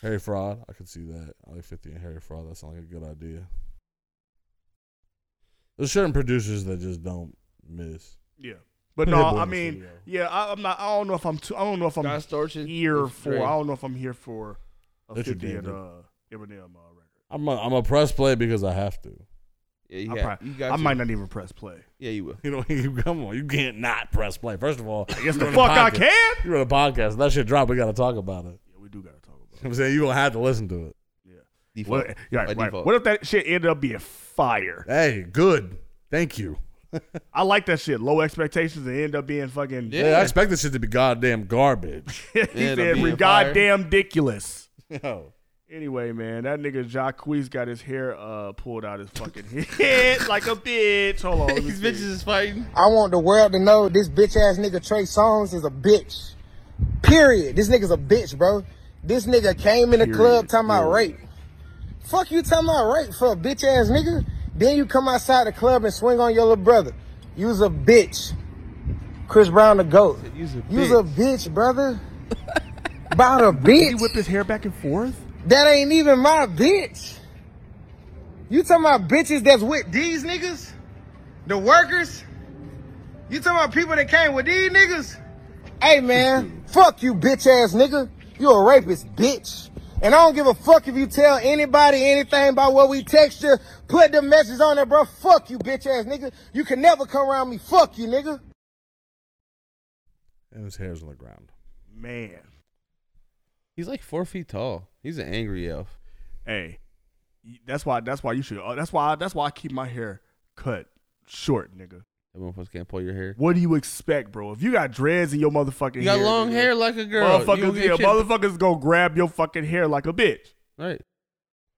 S4: Harry Fraud. I could see that. I like 50 and Harry Fraud. That sounds like a good idea. There's certain producers that just don't miss.
S2: Yeah. But
S4: Put that
S2: no,
S4: boy
S2: I
S4: in the
S2: mean,
S4: studio.
S2: yeah, I, I'm not. I don't know if I'm too. I don't know if I'm
S3: Scott Storch is-
S2: here
S3: is
S2: for.
S3: great.
S2: I don't know if I'm here for a
S4: That's your
S2: 50 and uh,
S4: David.
S2: Eminem uh, record.
S4: I'm a, I'm a press play because I have to.
S3: Yeah, you,
S2: I,
S3: got-
S2: probably,
S3: you got
S2: I
S3: to.
S2: might not even press play.
S3: Yeah, you will.
S4: You know, you, come on, you can't not press play. First of all,
S2: Yes,
S4: you're
S2: the
S4: on a
S2: fuck I
S4: podcast.
S2: can.
S4: You're on a podcast. That shit drop. We got to talk about it.
S2: Yeah, we do gotta talk about. It.
S4: I'm saying you gonna have to listen to it.
S3: Default.
S2: What, yeah,
S3: By
S2: right, right.
S3: default.
S2: What if that shit ended up being fire?
S4: Hey, good. Thank you.
S2: I like that shit. Low expectations and end up being fucking.
S3: Yeah.
S4: Yeah, I expect this shit to be goddamn garbage.
S2: he
S3: End up
S2: said,
S3: being
S2: "We
S3: fire."
S2: goddamn ridiculous."
S4: Yo,
S2: Anyway, man, that nigga Jacquees got his hair uh, pulled out his fucking head like a bitch. Hold on, let me
S3: These
S2: see.
S3: bitches is fighting.
S1: I want the world to know this bitch ass nigga Trey Songz is a bitch. Period. This nigga's a bitch, bro. This nigga came in the club talking about rape. Fuck you talking about rape for a bitch ass nigga. Then you come outside the club and swing on your little brother. You's a bitch. Chris Brown the goat.
S3: "You's a
S1: You's a bitch, brother. About a
S2: He
S1: bitch.
S2: whip his hair back and forth.
S1: That ain't even my bitch. You talking about bitches that's with these niggas? The workers? You talking about people that came with these niggas? Hey man, fuck you bitch ass nigga. You a rapist, bitch. And I don't give a fuck if you tell anybody anything about what we text you. Put the message on there, bro. Fuck you, bitch ass nigga. You can never come around me. Fuck you, nigga.
S4: and his hair's on the ground.
S2: Man,
S3: He's like four feet tall. He's an angry elf.
S2: hey, y- that's why. That's why you should. Uh, that's why. That's why I keep my hair cut short, nigga.
S3: That motherfuckers can't pull your hair.
S2: What do you expect, bro? If you got dreads in your motherfucking
S3: You got
S2: hair,
S3: long
S2: nigga,
S3: hair like a girl. You gonna
S2: Motherfuckers,
S3: get
S2: yeah,
S3: shit-
S2: motherfuckers gonna grab your fucking hair like a bitch
S3: Right.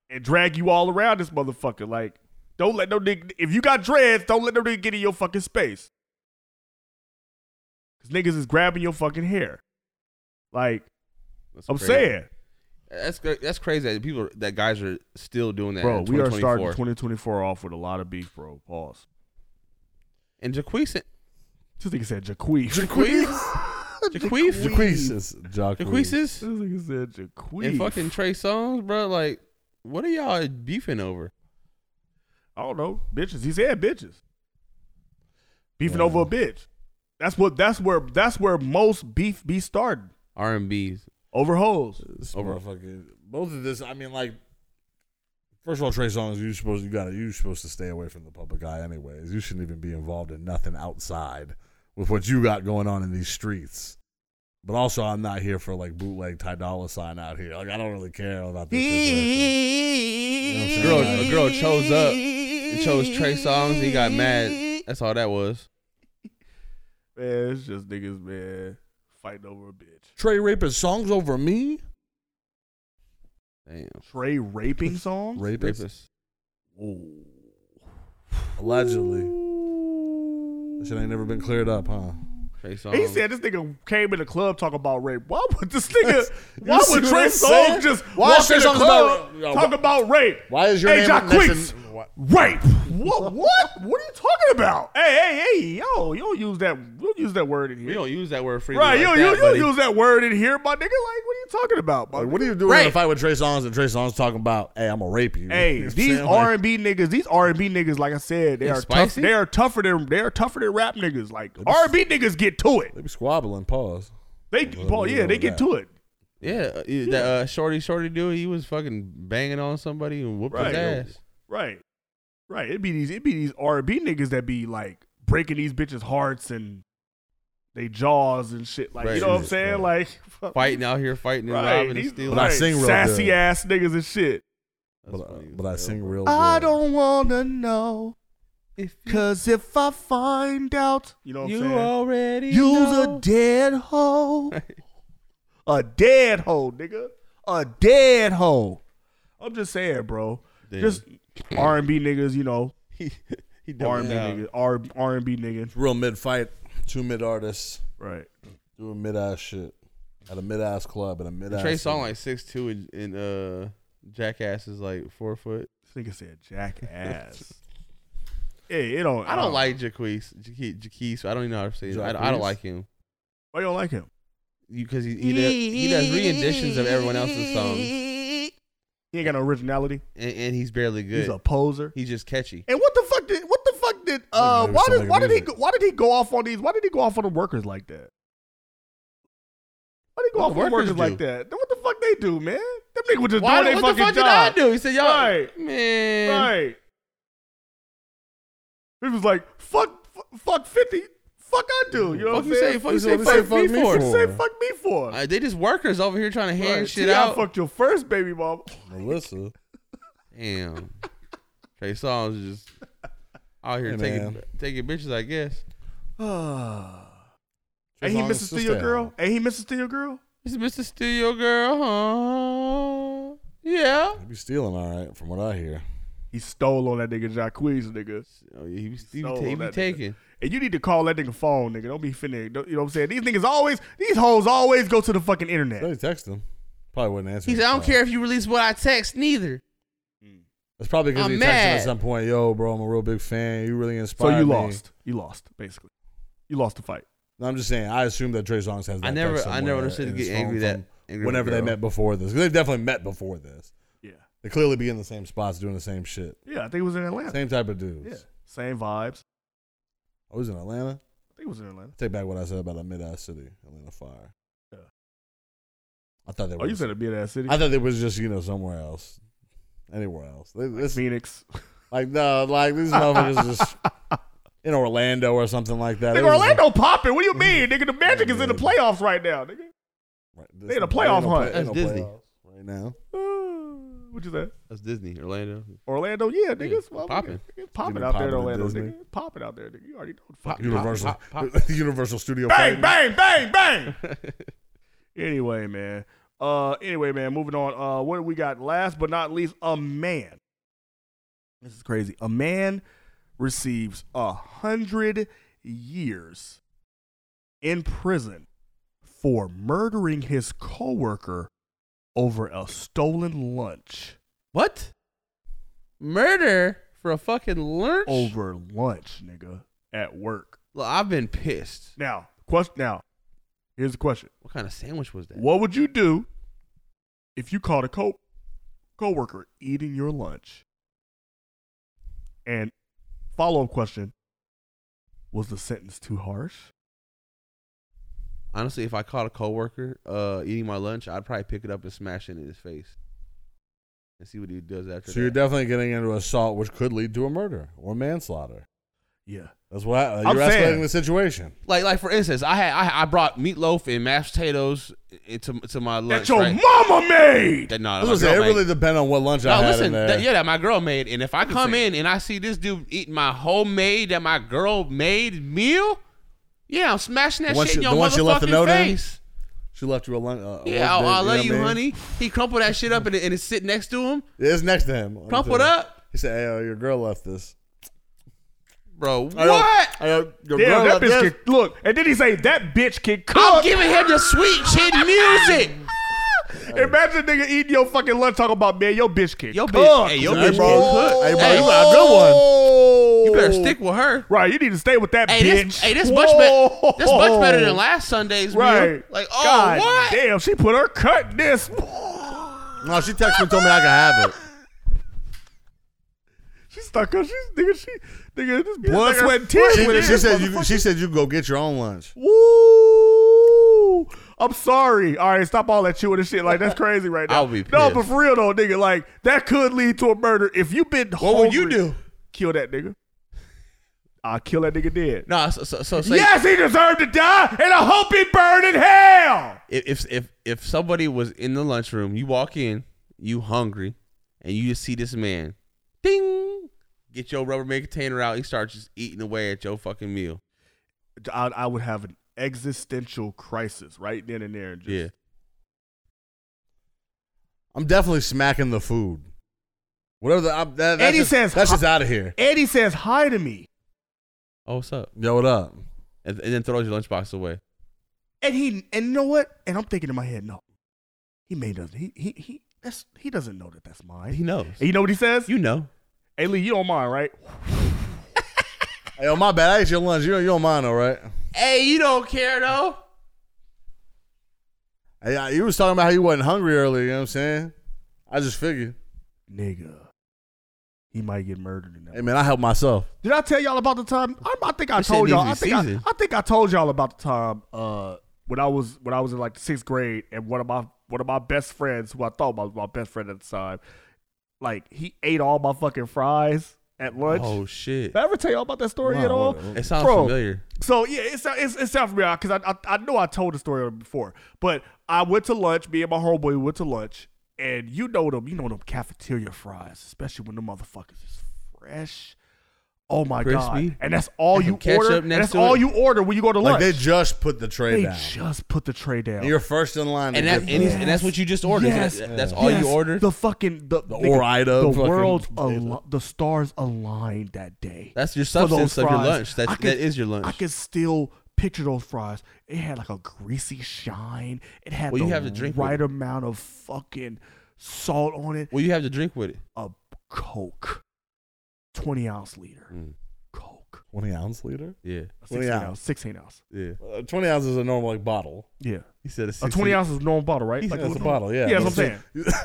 S2: and drag you all around this motherfucker. Like, don't let no nigga. If you got dreads, don't let no nigga get in your fucking space. Cause niggas is grabbing your fucking hair. Like,
S3: That's
S2: I'm
S3: crazy.
S2: saying,
S3: That's cra- that's crazy that people that guys are still doing that.
S2: bro,
S3: in
S2: we are
S3: 2024.
S2: starting 2024 off with a lot of beef, bro. Pause.
S3: and Jaquees
S2: This nigga said Jaquees.
S3: Jaquees Jaquees
S4: Jaquees is Jaquees.
S2: This
S3: Jaquees
S2: nigga said Jaquees.
S3: and fucking Trey Songs, bro. Like, what are y'all beefing over?
S2: I don't know, bitches. He said bitches. Beefing over a bitch. That's what. That's where. That's where most beef be starting
S3: R and B's.
S2: over hoes.
S4: This
S3: Over.
S4: motherfucker. Both of this. I mean, like, first of all, Trey Songz, you supposed you got to you supposed to stay away from the public eye, anyways. You shouldn't even be involved in nothing outside with what you got going on in these streets. But also, I'm not here for like bootleg Ty Dolla Sign out here. Like, I don't really care about this. situation. You know
S3: Girl,
S4: what I'm
S3: a
S4: saying?
S3: girl chose up. and chose Trey Songs. He got mad. That's all that was.
S2: Man, it's just niggas, man, fighting over a bitch.
S4: Trey raping songs over me.
S3: Damn.
S2: Trey raping songs.
S4: Rapist,
S3: Rapist.
S4: allegedly. That shit ain't never been cleared up, huh?
S3: Trey Songs.
S4: Um,
S2: He said this nigga came in the club talking about rape. Why would this nigga?
S4: You
S2: why
S4: see
S2: would
S4: what
S2: Trey
S4: I'm saying?
S2: Songz just
S4: Why
S2: walk
S4: is Trey
S2: in the
S4: Songz
S2: club
S4: about- Yeah,
S2: talk
S4: why-
S2: about rape?
S4: Why is your
S2: hey,
S4: name
S2: Jack
S4: next
S2: Quicks,
S4: in- what?
S2: rape? What? What? What are you talking about? Hey, hey, hey, yo, you don't use that. You don't use that word in
S3: We
S2: here.
S3: don't use that word freely.
S2: Right,
S3: Right,
S2: yo,
S3: like
S2: you,
S3: that,
S2: you
S3: buddy.
S2: don't use that word in here, my nigga. Like, what are you talking about? My
S4: Like,
S2: nigga?
S4: what are you doing in a
S3: Rape.
S4: fight with Trey Songz and Trey Songz talking about, hey, I'm gonna rape you? You
S2: Hey,
S4: know what I'm
S2: these
S4: saying? Like,
S2: R and B niggas, these R and B niggas, like I said, they
S3: They
S2: are tough.
S3: spicy?
S2: They are tougher than they are tougher than rap niggas. Like R and B niggas get to it.
S4: They be squabbling. Pause.
S2: They, Paul, yeah, they get to it.
S3: Yeah, uh, yeah, that uh, shorty, shorty dude, he was fucking banging on somebody and whooped
S2: Right.
S3: his ass.
S2: Right, right. It'd be these, it'd be these R and B niggas that be like breaking these bitches' hearts and they jaws and shit. Like,
S3: Right.
S2: you know what I'm
S4: Jesus
S2: saying? Like,
S3: Fighting out here, fighting and
S2: right,
S3: robbing
S2: these-
S3: and stealing.
S4: But I
S2: right,
S4: sing real
S2: sassy
S4: good.
S2: ass niggas and shit.
S3: That's
S4: but, uh,
S3: funny as
S4: but I
S3: hell,
S4: sing
S3: bro.
S4: real.
S2: I
S4: good.
S2: don't wanna know,
S3: If
S2: cause if I find out, you know what I'm
S3: you
S2: saying?
S3: already
S2: Use
S3: know.
S2: a dead hole. a dead hole, nigga. A dead hole. I'm just saying, bro.
S3: Damn.
S2: Just R and B niggas, you know.
S3: he, he
S2: R
S3: dumbed
S2: and B
S3: down.
S2: niggas. R R and B niggas.
S4: Real mid fight. Two mid artists
S2: Right.
S4: doing mid ass shit at a mid ass club at a mid ass.
S3: Trey Song like six two and, and uh, Jackass is like four foot.
S2: This nigga said jackass. yeah, it don't. uh,
S3: I don't like Jaquees. Jaque- Jaquees. I don't even know how to say it. I, don't- I
S4: Jaquees?
S3: don't like him
S2: Why you don't like him?
S3: because he he, does, he does re-editions of everyone else's songs,
S2: He ain't got no originality.
S3: and, and he's barely good.
S2: He's a poser.
S3: He's just catchy.
S2: And what the fuck did? What the fuck did? Uh,
S4: Look, maybe
S2: why
S4: somebody
S2: did? Why did he?
S4: music.
S2: go- Why did he go off on these? Why did he go off on the workers like that? Why did he go
S3: What
S2: off
S3: the
S2: on the
S3: workers
S2: workers like
S3: do?
S2: that? Then What the fuck they do, man? Them niggas was just
S3: Why,
S2: doing their
S3: what the
S2: fucking
S3: fuck did I
S2: job.
S3: do? He said, "Y'all,
S2: Right.
S3: man,
S2: Right. He was like, fuck, fu- fuck fifty. Fuck I do. You know
S3: Fuck
S2: what I'm
S3: you say-
S2: saying?
S3: fuck you say
S2: What
S3: fuck me for?
S2: Say fuck me for.
S3: Uh, they just workers over here trying to hand
S2: Right.
S3: shit
S2: T.I.
S3: out.
S2: fucked your first baby mama.
S4: Melissa.
S3: Damn. Trey Songz is just out here
S4: Hey,
S3: taking
S4: man.
S3: taking bitches, I guess.
S4: Trey
S2: and he
S4: Songz
S2: misses to
S4: sister.
S2: your girl. And he misses to your girl.
S3: This is Mr. Steal Girl, huh? Yeah.
S4: He be stealing all right, from what I hear.
S2: He stole on that nigga Jacquees, nigga.
S3: Oh, yeah, he be, he be,
S2: Stole
S3: ta- he be
S2: that nigga.
S3: taking.
S2: And you need to call that nigga phone, nigga. Don't be finna. don't- you know what I'm saying? These niggas always, these hoes always go to the fucking
S4: So
S2: internet.
S4: he texted him. Probably wouldn't answer.
S3: He said, I
S4: his
S3: don't
S4: call."
S3: care if you release what I text, neither.
S4: That's probably because
S3: I'm
S4: he texted him
S3: mad.
S4: at some point. Yo, bro, I'm a real big fan. You really
S2: So
S4: inspired me.
S2: you lost. You lost, basically. You lost the fight.
S4: No, I'm just saying. I assume that Trey Songz has. That
S3: I never-
S4: text
S3: I never
S4: somewhere
S3: understood
S4: in
S3: to
S4: his
S3: get
S4: phone
S3: angry that-
S4: from
S3: angry
S4: whenever they
S3: girl.
S4: met before this, 'Cause they've definitely met before this.
S2: Yeah.
S4: They clearly be in the same spots doing the same shit.
S2: Yeah, I think it was in Atlanta.
S4: Same type of dudes.
S2: Yeah. Same vibes.
S4: I was in Atlanta.
S2: I think it was in Atlanta.
S4: Take back what I said about a mid-ass city, Atlanta Fire.
S2: Yeah.
S4: I thought they
S2: Oh,
S4: were.
S2: you said it'd be in that city.
S4: I thought they was just you know somewhere else, anywhere else. They, this,
S2: Phoenix.
S4: like no, like these motherfuckers just in Orlando or something like that. It
S2: Nigga,
S4: was-
S2: Orlando popping. What do you mean, nigga? The Magic is in the playoffs right now, nigga.
S4: Right,
S2: They in a playoff
S4: ain't no
S2: hunt.
S4: ain't
S3: That's
S4: no
S3: Disney.
S4: playoffs right now.
S2: Uh, What you say?
S3: That's Disney, Orlando.
S2: Orlando, yeah, niggas. Well,
S3: poppin'.
S2: nigga, Popping
S4: been
S2: out there in
S4: poppin' in
S2: Orlando,
S4: Disney.
S2: nigga. Popping out there, nigga. You already know the fuck.
S4: Universal,
S3: pop, pop.
S4: Universal Studio.
S2: Bang,
S4: Platinum.
S2: bang, bang, bang. anyway, man. Uh, anyway, man. Moving on. Uh, what do we got? Last but not least, a man. This is crazy. A man receives a hundred years in prison for murdering his coworker over a stolen lunch.
S3: What? Murder for a fucking lunch?
S2: Over lunch, nigga, at work.
S3: Look, I've been pissed.
S2: Now, question. Now, here's the question.
S3: What kind of sandwich was that?
S2: What would you do if you caught a co coworker eating your lunch? And follow up question: Was the sentence too harsh?
S3: Honestly, if I caught a coworker uh, eating my lunch, I'd probably pick it up and smash it in his face and see what he does after
S4: So you're
S3: that.
S4: definitely getting into assault, which could lead to a murder or manslaughter.
S2: Yeah.
S4: That's what I, uh,
S2: I'm
S4: you're escalating
S2: saying.
S4: the situation.
S3: like, like for instance, I had I, I brought meatloaf and mashed potatoes into to my
S2: that
S3: lunch.
S2: your
S3: right?
S2: mama made.
S3: That- no, that Uh,
S4: This
S3: my
S4: was
S3: girl
S4: it.
S3: made.
S4: Really depend on what lunch I
S3: No,
S4: had in
S3: listen,
S4: there.
S3: that, yeah, that my girl made. And if I come in and I see this dude eating my homemade that my girl made meal, yeah, I'm smashing that
S4: The one
S3: shit in
S4: she-
S3: your
S4: the one she left the
S3: motherfucking
S4: note in?
S3: face.
S4: She left you a lunch. Uh,
S3: Yeah, oh, I
S4: a little bit,
S3: love
S4: know
S3: you,
S4: what I mean?
S3: honey. He crumpled that shit up and, and it's sitting next to him.
S4: It's next to him. Let me
S3: Crumple
S4: tell
S3: it
S4: you.
S3: up.
S4: He said, "Hey, uh, your girl left this."
S3: Bro,
S4: I know-
S3: what?
S4: I know, your
S2: Damn,
S4: girl
S2: that
S4: left
S2: bitch
S4: this.
S2: can look. And then he say that bitch can
S3: I'm
S2: cook.
S3: giving him the sweet shit music.
S2: Imagine nigga eating your fucking lunch talking about man, your bitch can
S3: Yo,
S2: cook.
S3: bitch. Hey, yo,
S4: Hey,
S3: bitch.
S4: bro.
S3: Cook.
S4: Hey, bro,
S3: Hey,
S4: you got a good one.
S3: You better stick with her.
S2: Right, you need to stay with that
S3: Hey,
S2: bitch.
S3: this, hey, this much
S2: Whoa.
S3: better. This much better than last Sunday's meal.
S2: Right.
S3: Like, oh,
S2: God
S3: what?
S2: Damn, she put her cut in this.
S4: No, she texted me and told me I could have it.
S2: She stuck up. She's nigga. She nigga. This blood,
S4: Blood,
S2: sweat, and tears.
S4: She,
S2: with it.
S4: she said, you, "She said you go get your own lunch."
S2: Woo! I'm sorry. All right, stop all that chewing and shit. Like that's crazy right now.
S3: I'll be
S2: no,
S3: pissed.
S2: but for real though, nigga. Like that could lead to a murder if you been.
S4: What would you do?
S2: Kill that nigga. I'll kill that nigga dead.
S3: No, so, so, so say,
S2: yes, he deserved to die, and I hope he burned in hell.
S3: if if- if if somebody was in the lunchroom, you walk in, you hungry, and you just see this man, ding, get your Rubbermaid container out. He starts just eating away at your fucking meal.
S2: I, I would have an existential crisis right then and there. And just,
S3: Yeah,
S4: I'm definitely smacking the food. Whatever the, I, that, that's
S2: And he
S4: just-
S2: says
S4: that's
S2: hi-
S4: just out of here.
S2: Eddie says hi to me,
S3: oh, what's up?
S4: Yo, what up?
S3: And, and then throws your lunchbox away.
S2: and he and you know what? And I'm thinking in my head, no, he may doesn't. He he he. That's he doesn't know that that's mine.
S3: He knows.
S2: And you know what he says?
S3: You know.
S2: hey Lee, you don't mind, right?
S4: Hey, yo, my bad. I ate your lunch. You don't, you don't mind, all right?
S3: Hey, you don't care though.
S4: Hey, I, you was talking about how you wasn't hungry earlier. You know what I'm saying? I just figured.
S2: Nigga, he might get murdered in that.
S4: Hey, man, I helped myself.
S2: Did I tell y'all about the time? I, I think I
S3: This shit
S2: told
S3: needs
S2: y'all.
S3: to be
S2: I think I,
S3: seasoned.
S2: I think I told y'all about the time uh, when I was when I was in like sixth grade, and one of my one of my best friends, who I thought was my best friend at the time, like he ate all my fucking fries at lunch.
S3: Oh shit.
S2: Did I ever tell y'all about that story at all?
S3: It sounds
S2: Bro,
S3: familiar.
S2: So yeah, it's it's it's sounds familiar because I, I I know I told the story before, but I went to lunch. Me and my homeboy went to lunch, and you know them, you know them cafeteria fries, especially when the motherfuckers is fresh. Oh my god!
S3: Crispy.
S2: And that's all
S3: And
S2: you
S3: ketchup
S2: order. and
S3: next
S2: that's
S3: to
S2: all
S3: it.
S2: you order when you go to lunch.
S4: Like, they just put the tray
S2: They
S4: down.
S2: just put the tray down.
S4: and you're first in line. to
S3: And that
S4: get
S3: and,
S4: the-
S3: he's- and that's what you just ordered.
S2: Yes.
S3: That- that's all
S2: Yes,
S3: you ordered.
S2: The fucking the
S4: The Orida
S2: The
S4: fucking-
S2: world's al- the stars aligned that day.
S3: that's your
S2: for those
S3: substance of your
S2: fries.
S3: lunch. That
S2: I could-
S3: that is your lunch.
S2: I can still picture those fries. It had like a greasy shine. It had
S3: Well,
S2: the
S3: you have to drink with
S2: right
S3: it.
S2: amount of fucking salt on it.
S3: well, you have to drink with it.
S2: A Coke, twenty ounce liter
S3: Mm.
S2: Coke,
S4: 20 ounce liter?
S3: Yeah,
S2: A
S4: 20
S2: sixteen
S4: ounce.
S2: ounce, sixteen ounce.
S3: yeah.
S4: Uh, 20 ounces is a normal like, bottle.
S2: Yeah,
S3: He said
S2: a twenty ounce is a normal bottle, right?
S3: He
S2: Like
S3: said
S4: That's a
S2: little-
S4: bottle, yeah.
S2: Yeah, that's what I'm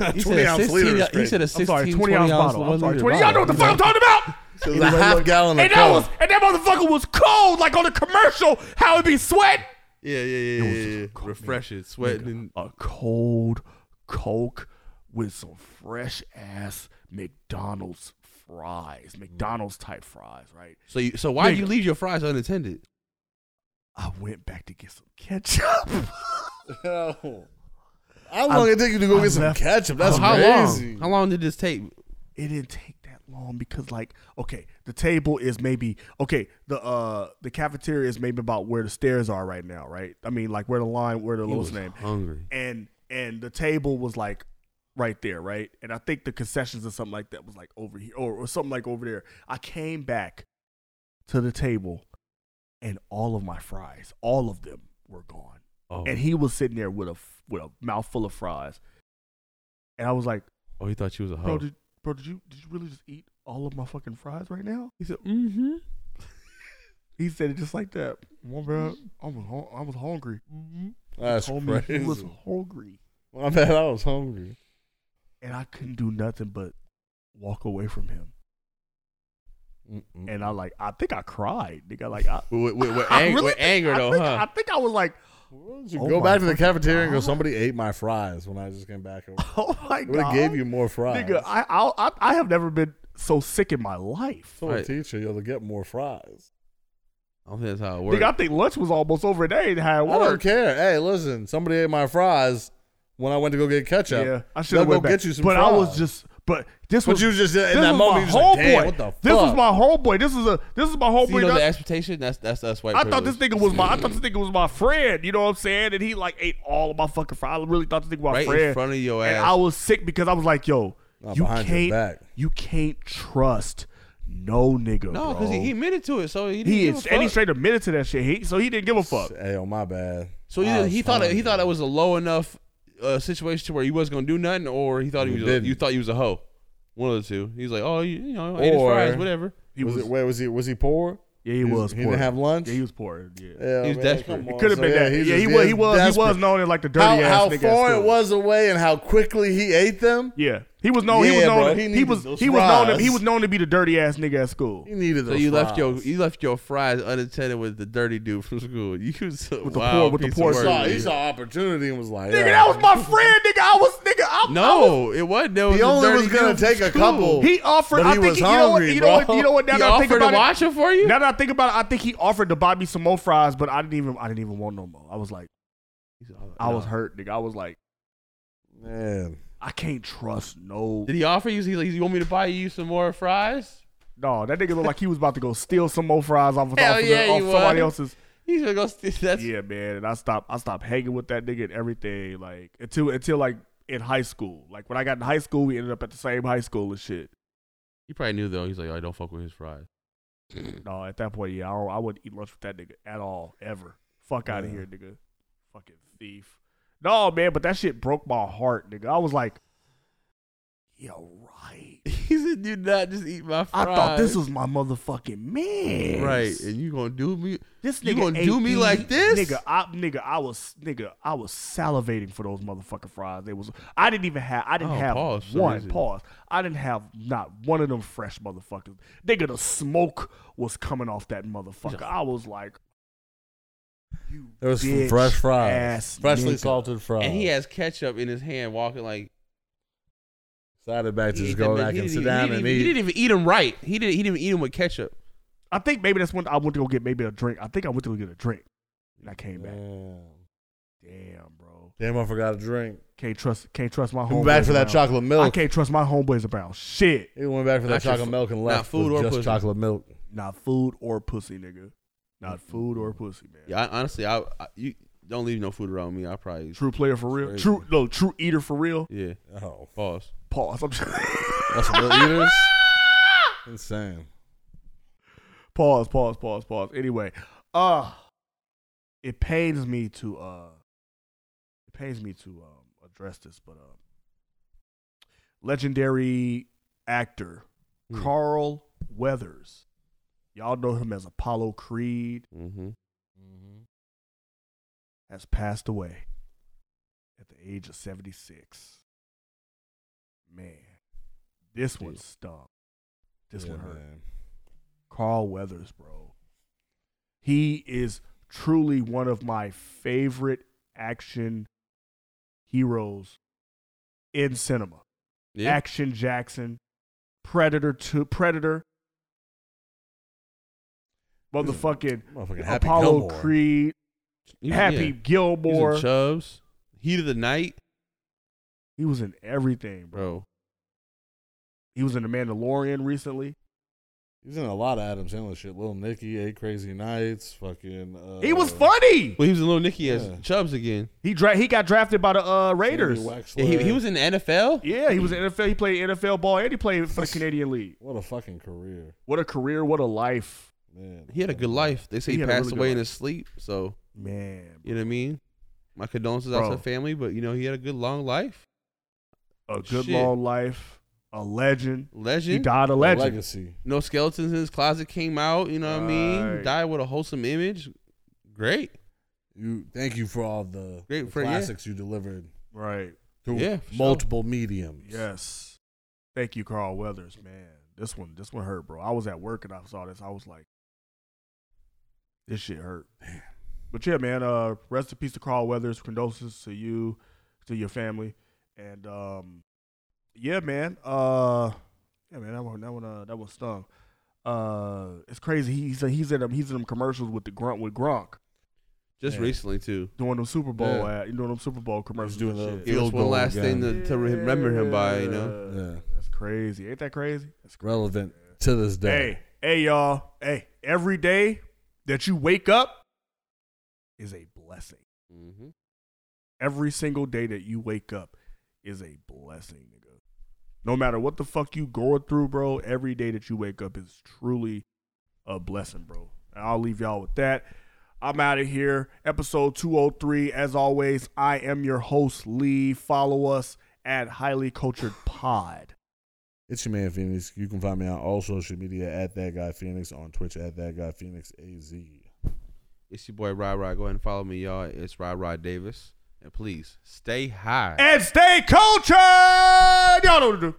S2: saying.
S3: He
S4: 20
S3: said a
S4: ounce
S3: 16
S4: liter is
S3: He
S4: great.
S3: said a
S2: I'm
S3: 16,
S2: sorry, twenty ounce bottle. I'm
S3: one
S2: sorry,
S3: liter
S2: twenty. Y'all know what the fuck I'm talking about.
S4: So it's a half gallon of
S2: And that was
S4: Coke.
S2: and that motherfucker was cold, like on the commercial, how it be sweating.
S3: Yeah, yeah, yeah,
S2: was
S3: yeah,
S2: just
S3: yeah.
S2: cold,
S3: Refreshing, sweating. and-
S2: a cold Coke with some fresh ass McDonald's fries, McDonald's type fries, right?
S3: So, you, so why
S2: Nigga.
S3: do you leave your fries unattended?
S2: I went back to get some ketchup.
S4: No. How long it take you to go
S2: I
S4: get some
S2: left-
S4: ketchup? That's
S3: How
S4: crazy.
S3: long? How long did this take?
S2: it didn't take that long because like okay the table is maybe okay the uh the cafeteria is maybe about where the stairs are right now right i mean like where the line where the lowest
S3: was
S2: name
S3: hungry.
S2: and and the table was like right there right and i think the concessions or something like that was like over here or, or something like over there i came back to the table and all of my fries all of them were gone
S3: Oh,
S2: and he was sitting there with a f- with a mouthful of fries and i was like
S3: oh, he thought she was a
S2: bro,
S3: hoe.
S2: did, bro, did you did you really just eat all of my fucking fries right now? He said,
S3: Mm-hmm.
S2: he said it just like that. Well, bro, I was hung- I was hungry.
S3: Mm-hmm.
S4: That's
S2: Told me he
S4: crazy.
S2: was hungry,
S4: My bad, I was hungry.
S2: and I couldn't do nothing but walk away from him.
S4: Mm-mm.
S2: And I like, I think I cried. Nigga, like, I,
S3: With, with, with,
S2: I
S3: ang-
S2: really
S3: with
S2: think-
S3: anger
S2: I
S3: though,
S2: think,
S3: huh?
S2: I think I was like,
S4: Why don't you
S2: Ah, Oh
S4: go
S2: my
S4: back to the
S2: fucking
S4: cafeteria and go,
S2: God.
S4: somebody ate my fries when I just came back over.
S2: oh my
S4: It would
S2: god,
S4: have gave you more fries.
S2: nigga. I, I I I have never been so sick in my life.
S4: told
S3: Right.
S4: teacher you'll get more fries.
S3: I don't think that's how it works.
S2: Nigga, I think lunch was almost over. and That ain't how it
S4: I don't
S2: worked.
S4: care. Hey, listen, somebody ate my fries when I went to go get ketchup.
S2: Yeah, I should
S4: They'll
S2: have
S4: go
S2: went back.
S4: get you some
S2: but
S4: fries.
S2: I was just, but this
S4: But
S2: was
S4: you just in
S2: this
S4: that
S2: was
S4: moment.
S2: my
S4: You just like,
S2: homeboy.
S4: damn, what the
S2: this was
S4: fuck?
S2: my homeboy. This is a this is my
S3: See, you
S2: homeboy.
S3: know the
S2: That-
S3: expectation. That's that's us white.
S2: I thought this
S3: privilege.
S2: nigga was my I thought this nigga was my friend. You know what I'm saying? And he like ate all of my fucking fries. I really thought this nigga was my
S3: right
S2: friend.
S3: in front of your
S2: and
S3: ass.
S2: I was sick because I was like, yo,
S4: Not
S2: you
S4: behind your
S2: can't
S4: back.
S2: you can't trust no nigga. because
S3: no, because he, he admitted to it, so he didn't
S2: he
S3: give
S2: is
S3: a
S2: and he
S3: fuck.
S2: straight admitted to that shit. He so he didn't give a fuck.
S4: Hey, oh my bad.
S3: So either he thought it, he thought it was a low enough uh, situation to where he wasn't gonna do nothing, or he thought he
S4: He
S3: was a,
S4: didn't.
S3: you thought he was a hoe. One of the two. He's like, oh, you, you know, I ate his
S4: Or-
S3: fries, whatever.
S2: He
S4: was,
S2: was,
S4: it? Where was he? Was he poor?
S2: yeah, he
S4: He
S2: was.
S4: was- he
S2: poor.
S4: didn't have lunch?
S2: Yeah, he was poor. Yeah.
S4: Yeah,
S3: He was
S4: man,
S3: desperate.
S4: come
S3: It
S4: on.
S2: Could have
S4: So,
S2: been that.
S4: he's
S2: yeah, he
S4: just
S2: was. He
S4: dead
S2: was. He was
S4: desperate.
S2: known as like the dirty
S4: How,
S2: ass
S4: how
S2: nigga. at
S4: far it
S2: school.
S4: was away and how quickly he ate them.
S2: Yeah, he was known. he was
S4: Yeah,
S2: known.
S4: bro, he
S2: he,
S4: needed
S2: was.
S4: those
S2: He was known. To, he
S4: fries.
S2: was known to be the dirty ass nigga at school.
S4: He needed
S3: So
S4: those
S3: you
S4: fries.
S3: left your you left your fries unattended with the dirty dude from school. You was a
S2: With the
S3: wild
S2: poor- with the
S3: piece
S2: poor
S3: of work,
S4: saw,
S2: son.
S4: he
S3: dude.
S4: saw opportunity and was like,
S2: Nigga,
S4: yeah.
S2: that was my friend. Nigga, I was. Nigga, I,
S3: No, it wasn't. It was
S4: He
S3: the
S4: only
S3: dirty
S4: was gonna
S3: dude from
S4: take a
S3: school.
S4: couple.
S2: He offered.
S4: But
S2: I
S4: he
S2: think
S4: was
S2: he,
S4: hungry,
S2: you know what? You know
S4: bro.
S2: what? You know what? Now
S3: He
S2: that I think
S3: offered to
S2: about it,
S3: watch it for you.
S2: now that I think about it, I think he offered to buy me some more fries, but I didn't even. I didn't even want no more. I was like, I was hurt, nigga. I was like,
S4: Man.
S2: I can't trust no.
S3: Did he offer you? He like, you want me to buy you some more fries?
S2: No, that nigga looked like he was about to go steal some more fries off of,
S3: Hell
S2: off of the-
S3: yeah, he
S2: off somebody
S3: was.
S2: else's.
S3: He's gonna go. st- That's
S2: yeah, man. And I stopped I stopped hanging with that nigga and everything. Like until until like in high school. Like when I got in high school, we ended up at the same high school and shit.
S3: He probably knew though. He's like, oh, I don't fuck with his fries.
S2: No, at that point, yeah, I, don't, I wouldn't eat lunch with that nigga at all, ever. Fuck out of
S4: Yeah.
S2: here, nigga. Fucking thief. No, man, but that shit broke my heart, nigga. I was like, yo, right.
S3: He said, "Do not just eat my
S2: I
S3: fries."
S2: thought this was my motherfucking man.
S3: right, and you gonna do me?
S2: This nigga
S3: You gonna
S2: ate
S3: do me
S2: these-
S3: like this?
S2: nigga. I, nigga, I was nigga, I was salivating for those motherfucking fries. They was, I didn't even have, I didn't
S3: Oh,
S2: have
S3: pause for some
S2: one
S3: reason.
S2: pause. I didn't have not one of them fresh motherfuckers. Nigga, the smoke was coming off that motherfucker. I was like, you
S4: There was some
S2: bitch
S4: fresh fries.
S2: ass
S4: Freshly
S2: nigga.
S4: salted fries.
S3: And he has ketchup in his hand, walking like
S4: decided back to
S3: he
S4: just
S3: ate
S4: go
S3: that-
S4: back
S3: he
S4: and
S3: didn't
S4: sit
S3: even-
S4: down
S3: he
S4: and
S3: didn't even- He
S4: eat.
S3: didn't even eat him right. He didn't. He didn't eat him with ketchup.
S2: I think maybe that's when I went to go get maybe a drink. I think I went to go get a drink, and I came back. Damn, bro,
S4: Damn, I forgot a drink.
S2: can't trust, can't trust my
S4: He
S2: homeboy.
S4: went back for that chocolate
S2: I
S4: milk.
S2: can't trust my homeboys about shit.
S4: He went back for
S3: Not
S4: that
S3: your
S4: chocolate
S3: fu-
S4: milk and
S3: not
S4: left
S3: food
S4: with
S3: or
S4: just
S3: pussy.
S4: chocolate milk.
S2: Not food or pussy, nigga. Not food or pussy, man.
S3: Yeah, I, honestly, I, I you don't leave no food around me. I probably
S2: True player for real.
S4: Crazy.
S2: True no, true eater for real.
S3: yeah.
S4: Oh,
S3: Pause.
S2: Pause. I'm just,
S4: that's real eaters. Insane.
S2: pause, pause, pause, pause. Anyway, uh it pains me to uh it pains me to um address this, but um legendary actor
S3: Hmm.
S2: Carl Weathers. Y'all know him as Apollo Creed.
S3: Mm-hmm.
S2: has passed away at the age of 76. Man, this one stung. This
S4: Yeah,
S2: one hurt.
S4: man.
S2: Carl Weathers, bro. He is truly one of my favorite action heroes in cinema.
S3: Yeah.
S2: Action Jackson, Predator 2, Predator, motherfucking
S4: Motherfucking Happy
S2: Apollo
S4: Gilmore.
S2: Creed,
S3: He was-
S2: Happy
S3: yeah. He was in
S2: Gilmore.
S3: Chubbs. Heat of the night.
S2: He was in everything, bro.
S4: bro.
S2: He was in The Mandalorian recently.
S4: He's in a lot of Adam Sandler shit. Little Nicky, Eight Crazy Nights, fucking. Uh,
S2: He was funny.
S3: Well, he was a little Nicky as
S4: Yeah.
S3: Chubbs again.
S2: He dra- he got drafted by the uh,
S4: Andy
S2: Raiders.
S3: Yeah,
S4: Wexler.
S3: he, he was in the NFL.
S2: Yeah, he was in NFL. He played NFL ball and he played for the Canadian League.
S4: What a fucking career,
S2: What a career! What a life,
S4: man.
S3: He had a good life. They say
S2: He
S3: he,
S2: had a
S3: passed
S2: really good
S3: away in
S2: life.
S3: his sleep. So
S2: man.
S3: you know what I mean. My condolences out
S2: Bro.
S3: to the family, but you know he had a good long life.
S2: A good
S3: Shit.
S2: long life, a legend. He
S3: Legend.
S2: died a legend.
S4: legacy.
S3: No skeletons in his closet came out. You know what I mean.
S2: Right.
S3: Died with a wholesome image. Great.
S4: You thank you for all the,
S3: Great
S4: the
S3: for- yeah.
S4: classics you delivered
S2: Right.
S4: through
S3: Yeah, for sure.
S4: multiple mediums.
S2: Yes. Thank you, Carl Weathers, man. This one, this one hurt, bro. I was at work and I saw this. I was like, this shit hurt. But yeah, man. Uh, rest in peace to Carl Weathers. Condolences to you, to your family, and um, yeah, man. Uh, yeah, man. That one, that one, uh, that one stung. Uh, it's crazy. He's he's in them he's in them commercials with the grunt with Gronk
S3: Just
S4: Yeah.
S3: recently too.
S2: doing them Super Bowl
S3: Yeah.
S2: ad, doing them Super Bowl commercials. and
S4: doing the-
S2: shit.
S3: Give
S4: Field
S3: us one
S4: goal
S3: last
S4: again.
S3: thing to, to remember him by. You know.
S4: Yeah.
S2: That's crazy. Ain't that crazy? That's crazy.
S4: relevant to this day.
S2: Hey, hey, y'all. Hey, every day that you wake up is a blessing.
S3: Mm-hmm.
S2: Every single day that you wake up is a blessing, nigga. No matter what the fuck you going through, bro, every day that you wake up is truly a blessing, bro. And I'll leave y'all with that. I'm out of here. Episode 203. As always, I am your host, Lee. Follow us at Highly Cultured Pod.
S4: It's your man Phoenix. You can find me on all social media at that guy Phoenix on Twitch at that guy Phoenix AZ.
S3: It's your boy Rod Rod. Go ahead and follow me, y'all. It's Rod Rod Davis. And please stay high.
S2: And stay cultured! Y'all know what to do.